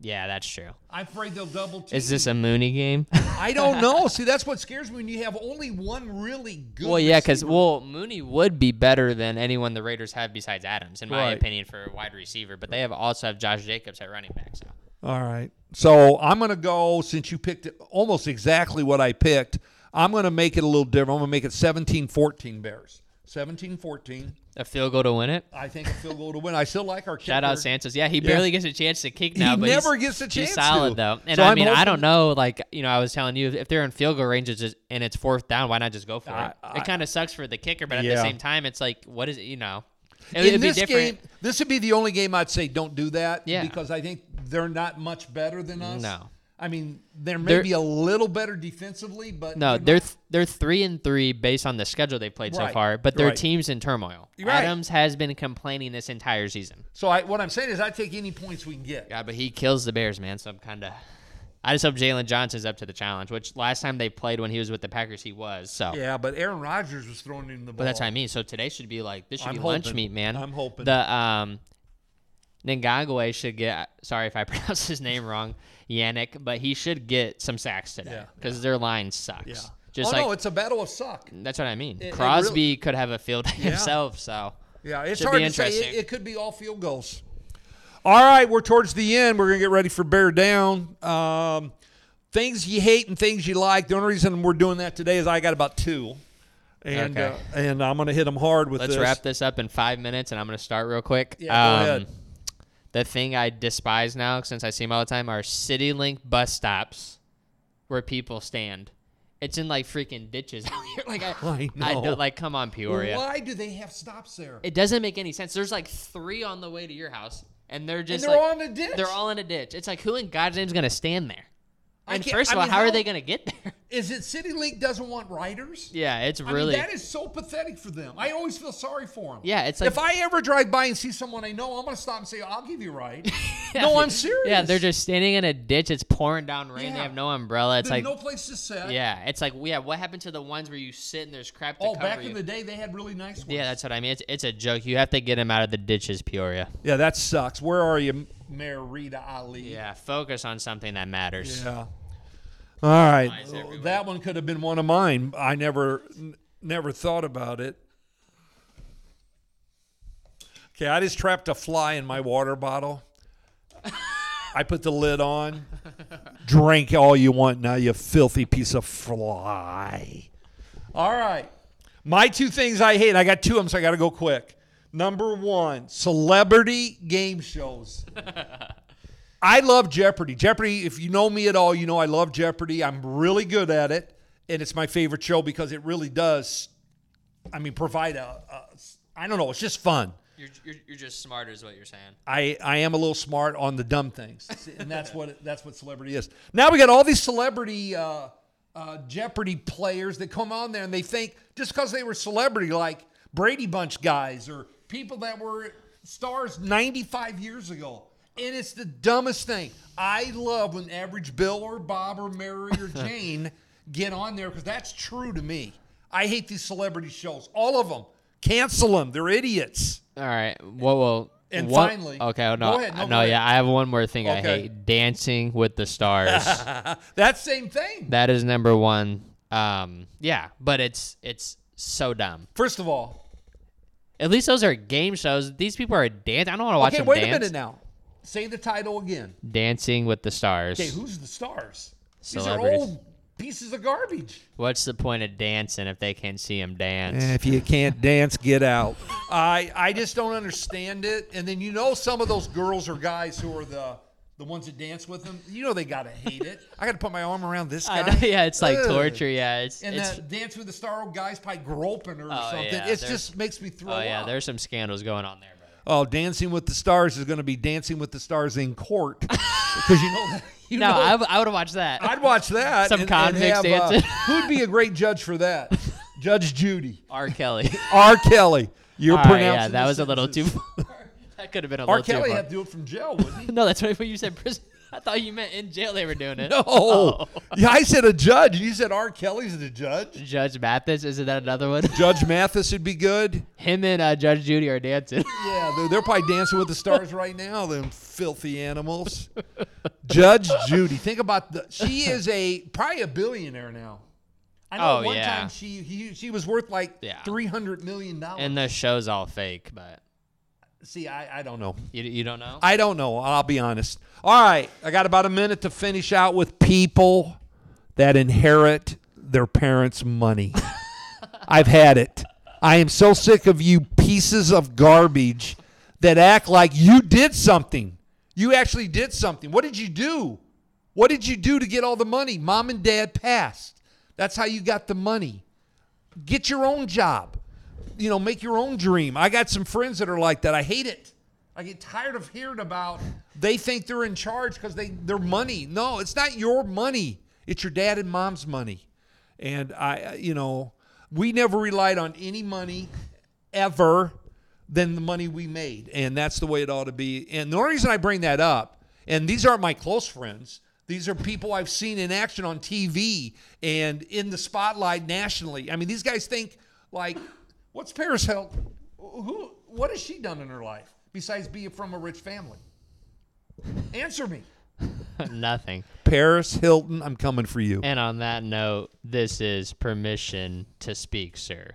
[SPEAKER 1] yeah, that's true.
[SPEAKER 2] I'm afraid they'll double team.
[SPEAKER 1] Is this a Mooney game?
[SPEAKER 2] I don't know. See, that's what scares me when you have only one really good.
[SPEAKER 1] well, yeah, because
[SPEAKER 2] receiver.
[SPEAKER 1] well, Mooney would be better than anyone the Raiders have besides Adams, in my
[SPEAKER 2] Right.
[SPEAKER 1] opinion, for a wide receiver. But they have also have Josh Jacobs at running back. So
[SPEAKER 2] All right. So I'm going to go since you picked almost exactly what I picked. I'm going to make it a little different. I'm going to make it 17 14 Bears. 17 14.
[SPEAKER 1] A field goal to win it.
[SPEAKER 2] I think a field goal to win. I still like our kicker.
[SPEAKER 1] Shout out Santos. Yeah, he barely gets a chance to kick now.
[SPEAKER 2] He
[SPEAKER 1] but
[SPEAKER 2] never
[SPEAKER 1] he's-
[SPEAKER 2] gets a
[SPEAKER 1] He's
[SPEAKER 2] chance
[SPEAKER 1] solid
[SPEAKER 2] to.
[SPEAKER 1] though, and
[SPEAKER 2] So
[SPEAKER 1] I
[SPEAKER 2] I'm
[SPEAKER 1] mean, I
[SPEAKER 2] hoping-
[SPEAKER 1] don't know. Like you know, I was telling you, if they're in field goal range it's- and it's fourth down, why not just go for
[SPEAKER 2] I-
[SPEAKER 1] it?
[SPEAKER 2] I-
[SPEAKER 1] it kind of sucks for the kicker, but at
[SPEAKER 2] Yeah.
[SPEAKER 1] the same time, it's like, what is it? You know, it,
[SPEAKER 2] in
[SPEAKER 1] would be
[SPEAKER 2] this
[SPEAKER 1] different.
[SPEAKER 2] game, this would be the only game I'd say don't do that.
[SPEAKER 1] Yeah.
[SPEAKER 2] Because I think they're not much better than us.
[SPEAKER 1] No.
[SPEAKER 2] I mean, they're
[SPEAKER 1] They're-
[SPEAKER 2] maybe a little better defensively, but
[SPEAKER 1] No,
[SPEAKER 2] not-
[SPEAKER 1] they're th- they're three and three based on the schedule they've played so
[SPEAKER 2] Right,
[SPEAKER 1] far, but their
[SPEAKER 2] right.
[SPEAKER 1] team's in turmoil.
[SPEAKER 2] Right.
[SPEAKER 1] Adams has been complaining this entire season.
[SPEAKER 2] So I, what I'm saying is, I take any points we can get.
[SPEAKER 1] Yeah, but he kills the Bears, man. So I'm kind of. I just hope Jalen Johnson's up to the challenge, which last time they played when he was with the Packers, he was. So
[SPEAKER 2] Yeah, but Aaron Rodgers was throwing him the ball.
[SPEAKER 1] But that's what I mean. So today should be like this should
[SPEAKER 2] I'm
[SPEAKER 1] be lunch
[SPEAKER 2] hoping.
[SPEAKER 1] meat, man.
[SPEAKER 2] I'm hoping.
[SPEAKER 1] the um, Nangangwe should get. Sorry if I pronounced his name wrong, Yannick, but he should get some sacks today
[SPEAKER 2] Yeah.
[SPEAKER 1] because their line sucks.
[SPEAKER 2] Yeah.
[SPEAKER 1] Just
[SPEAKER 2] oh
[SPEAKER 1] like
[SPEAKER 2] no, it's a battle of suck.
[SPEAKER 1] that's what I mean.
[SPEAKER 2] it
[SPEAKER 1] Crosby could have a field day himself. So
[SPEAKER 2] Yeah, it's
[SPEAKER 1] Should be
[SPEAKER 2] hard to say. It,
[SPEAKER 1] interesting.
[SPEAKER 2] it could be all field goals. All right, we're towards the end. We're gonna get ready for bear down. Um, things you hate and things you like. The only reason we're doing that today is I got about two, and
[SPEAKER 1] Okay.
[SPEAKER 2] uh, and I'm gonna hit them hard with
[SPEAKER 1] let's
[SPEAKER 2] this.
[SPEAKER 1] wrap Um, this up in five minutes, and I'm gonna start real quick.
[SPEAKER 2] Yeah, go ahead.
[SPEAKER 1] The thing I despise now, since I see them all the time, are CityLink bus stops where people stand. It's in like freaking ditches out here. Like I,
[SPEAKER 2] I know.
[SPEAKER 1] don't like. Come on, Peoria.
[SPEAKER 2] Why do they have stops there?
[SPEAKER 1] It doesn't make any sense. There's like three on the way to your house, and they're
[SPEAKER 2] and
[SPEAKER 1] just
[SPEAKER 2] they're
[SPEAKER 1] like,
[SPEAKER 2] all in a ditch.
[SPEAKER 1] they're all in a ditch. It's like who in God's name's gonna stand there?
[SPEAKER 2] I
[SPEAKER 1] And
[SPEAKER 2] can't-
[SPEAKER 1] first
[SPEAKER 2] I
[SPEAKER 1] of all,
[SPEAKER 2] mean,
[SPEAKER 1] how,
[SPEAKER 2] how-
[SPEAKER 1] are they gonna get there?
[SPEAKER 2] Is it CityLink doesn't want riders?
[SPEAKER 1] yeah, it's
[SPEAKER 2] I
[SPEAKER 1] really.
[SPEAKER 2] mean, that is so pathetic for them. I always feel sorry for them.
[SPEAKER 1] Yeah, it's like-
[SPEAKER 2] if I ever drive by and see someone I know, I'm gonna stop and say, "I'll give you a ride." no, I'm serious.
[SPEAKER 1] yeah, they're just standing in a ditch. It's pouring down rain. They
[SPEAKER 2] Yeah.
[SPEAKER 1] have no umbrella. It's
[SPEAKER 2] There's
[SPEAKER 1] like
[SPEAKER 2] no place to sit.
[SPEAKER 1] Yeah, it's like yeah. What happened to the ones where you sit and there's crap to
[SPEAKER 2] Oh,
[SPEAKER 1] cover
[SPEAKER 2] back
[SPEAKER 1] you?
[SPEAKER 2] in the day, they had really nice ones.
[SPEAKER 1] yeah, that's what I mean. It's, it's a joke. You have to get him out of the ditches, Peoria.
[SPEAKER 2] yeah, that sucks. Where are you, Mayor Rita Ali?
[SPEAKER 1] Yeah, focus on something that matters.
[SPEAKER 2] Yeah. All right.
[SPEAKER 1] Eyes everywhere.
[SPEAKER 2] That one could have been one of mine. I never, n- never thought about it. Okay, I just trapped a fly in my water bottle. I put the lid on. Drink all you want now, you filthy piece of fly. All right. My two things I hate, I got two of them, so I got to go quick. Number one, celebrity game shows. I love Jeopardy. Jeopardy, if you know me at all, you know I love Jeopardy. I'm really good at it, and it's my favorite show because it really does, I mean, provide a, a I don't know, it's just fun.
[SPEAKER 1] You're, you're, you're just smart, is what you're saying.
[SPEAKER 2] I, I am a little smart on the dumb things, and that's what that's what celebrity is. Now we got all these celebrity uh, uh, Jeopardy players that come on there, and they think just because they were celebrity, like Brady Bunch guys or people that were stars 95 years ago, and it's the dumbest thing. I love when average Bill or Bob or Mary or Jane get on there because that's true to me. I hate these celebrity shows, all of them. Cancel them. They're idiots.
[SPEAKER 1] All right. Whoa, whoa.
[SPEAKER 2] And
[SPEAKER 1] One-
[SPEAKER 2] finally-
[SPEAKER 1] okay, oh, no,
[SPEAKER 2] Go ahead, no,
[SPEAKER 1] no,
[SPEAKER 2] go ahead.
[SPEAKER 1] yeah, I have one more thing I
[SPEAKER 2] Okay.
[SPEAKER 1] hate: Dancing with the Stars.
[SPEAKER 2] That same thing.
[SPEAKER 1] that is number one. Um, yeah, but it's it's so dumb.
[SPEAKER 2] First of all,
[SPEAKER 1] At least those are game shows. These people are dance. I don't want to watch
[SPEAKER 2] Okay,
[SPEAKER 1] them
[SPEAKER 2] wait
[SPEAKER 1] dance.
[SPEAKER 2] a minute now. Say the title again.
[SPEAKER 1] Dancing with the Stars.
[SPEAKER 2] Okay, who's the stars? These are
[SPEAKER 1] Celebrities.
[SPEAKER 2] old pieces of garbage.
[SPEAKER 1] What's the point of dancing if they can't see him dance?
[SPEAKER 2] if you can't dance, get out. I I just don't understand it. And then you know some of those girls or guys who are the the ones that dance with them. You know they gotta hate it. I gotta put my arm around this
[SPEAKER 1] I
[SPEAKER 2] guy.
[SPEAKER 1] know, yeah, it's like
[SPEAKER 2] Ugh.
[SPEAKER 1] torture. Yeah, it's,
[SPEAKER 2] And
[SPEAKER 1] it's
[SPEAKER 2] that dance with the star old guy's probably groping her or
[SPEAKER 1] Oh,
[SPEAKER 2] something.
[SPEAKER 1] yeah,
[SPEAKER 2] it
[SPEAKER 1] there's-
[SPEAKER 2] just makes me throw
[SPEAKER 1] oh yeah,
[SPEAKER 2] up.
[SPEAKER 1] there's some scandals going on there. brother.
[SPEAKER 2] Oh, Dancing with the Stars is going to be Dancing with the Stars in court because you know you
[SPEAKER 1] No,
[SPEAKER 2] know
[SPEAKER 1] I, w- I would have watched that.
[SPEAKER 2] I'd watch that.
[SPEAKER 1] Some convicts dancing.
[SPEAKER 2] uh, who'd be a great judge for that? Judge Judy.
[SPEAKER 1] R. Kelly.
[SPEAKER 2] R. Kelly.
[SPEAKER 1] All
[SPEAKER 2] You're
[SPEAKER 1] right,
[SPEAKER 2] pronouncing.
[SPEAKER 1] yeah, that
[SPEAKER 2] the
[SPEAKER 1] was a little too
[SPEAKER 2] sentences.
[SPEAKER 1] far. that could have been a
[SPEAKER 2] R.
[SPEAKER 1] little
[SPEAKER 2] Kelly
[SPEAKER 1] too far.
[SPEAKER 2] had to do it from jail, wouldn't he?
[SPEAKER 1] No, that's what you said. Prison. I thought you meant in jail they were doing it.
[SPEAKER 2] No. Oh. Yeah, I said a judge. You said R. Kelly's the judge.
[SPEAKER 1] Judge Mathis, isn't that another one?
[SPEAKER 2] Judge Mathis would be good.
[SPEAKER 1] Him and uh, Judge Judy are dancing.
[SPEAKER 2] Yeah, they're, they're probably dancing with the stars right now. Them filthy animals. Judge Judy. Think about the. She is a probably a billionaire now. I know
[SPEAKER 1] Oh,
[SPEAKER 2] one
[SPEAKER 1] yeah.
[SPEAKER 2] time she he, she was worth like
[SPEAKER 1] Yeah.
[SPEAKER 2] three hundred million dollars.
[SPEAKER 1] and the show's all fake, but
[SPEAKER 2] See, I, I don't know.
[SPEAKER 1] you, you don't know.
[SPEAKER 2] I don't know. I'll be honest. All right. I got about a minute to finish out with people that inherit their parents' money. I've had it. I am so sick of you pieces of garbage that act like you did something. You actually did something. What did you do? What did you do to get all the money? Mom and dad passed. That's how you got the money. Get your own job. You know, make your own dream. I got some friends that are like that. I hate it. I get tired of hearing about they think they're in charge because they their money. No, it's not your money. It's your dad and mom's money. And I, you know, we never relied on any money ever than the money we made. And that's the way it ought to be. And the only reason I bring that up, and these aren't my close friends, these are people I've seen in action on TV and in the spotlight nationally. I mean, these guys think, like, what's Paris Hilton? Who, what has she done in her life besides being from a rich family? Answer me.
[SPEAKER 1] Nothing.
[SPEAKER 2] Paris Hilton, I'm coming for you.
[SPEAKER 1] And on that note, this is permission to speak, sir.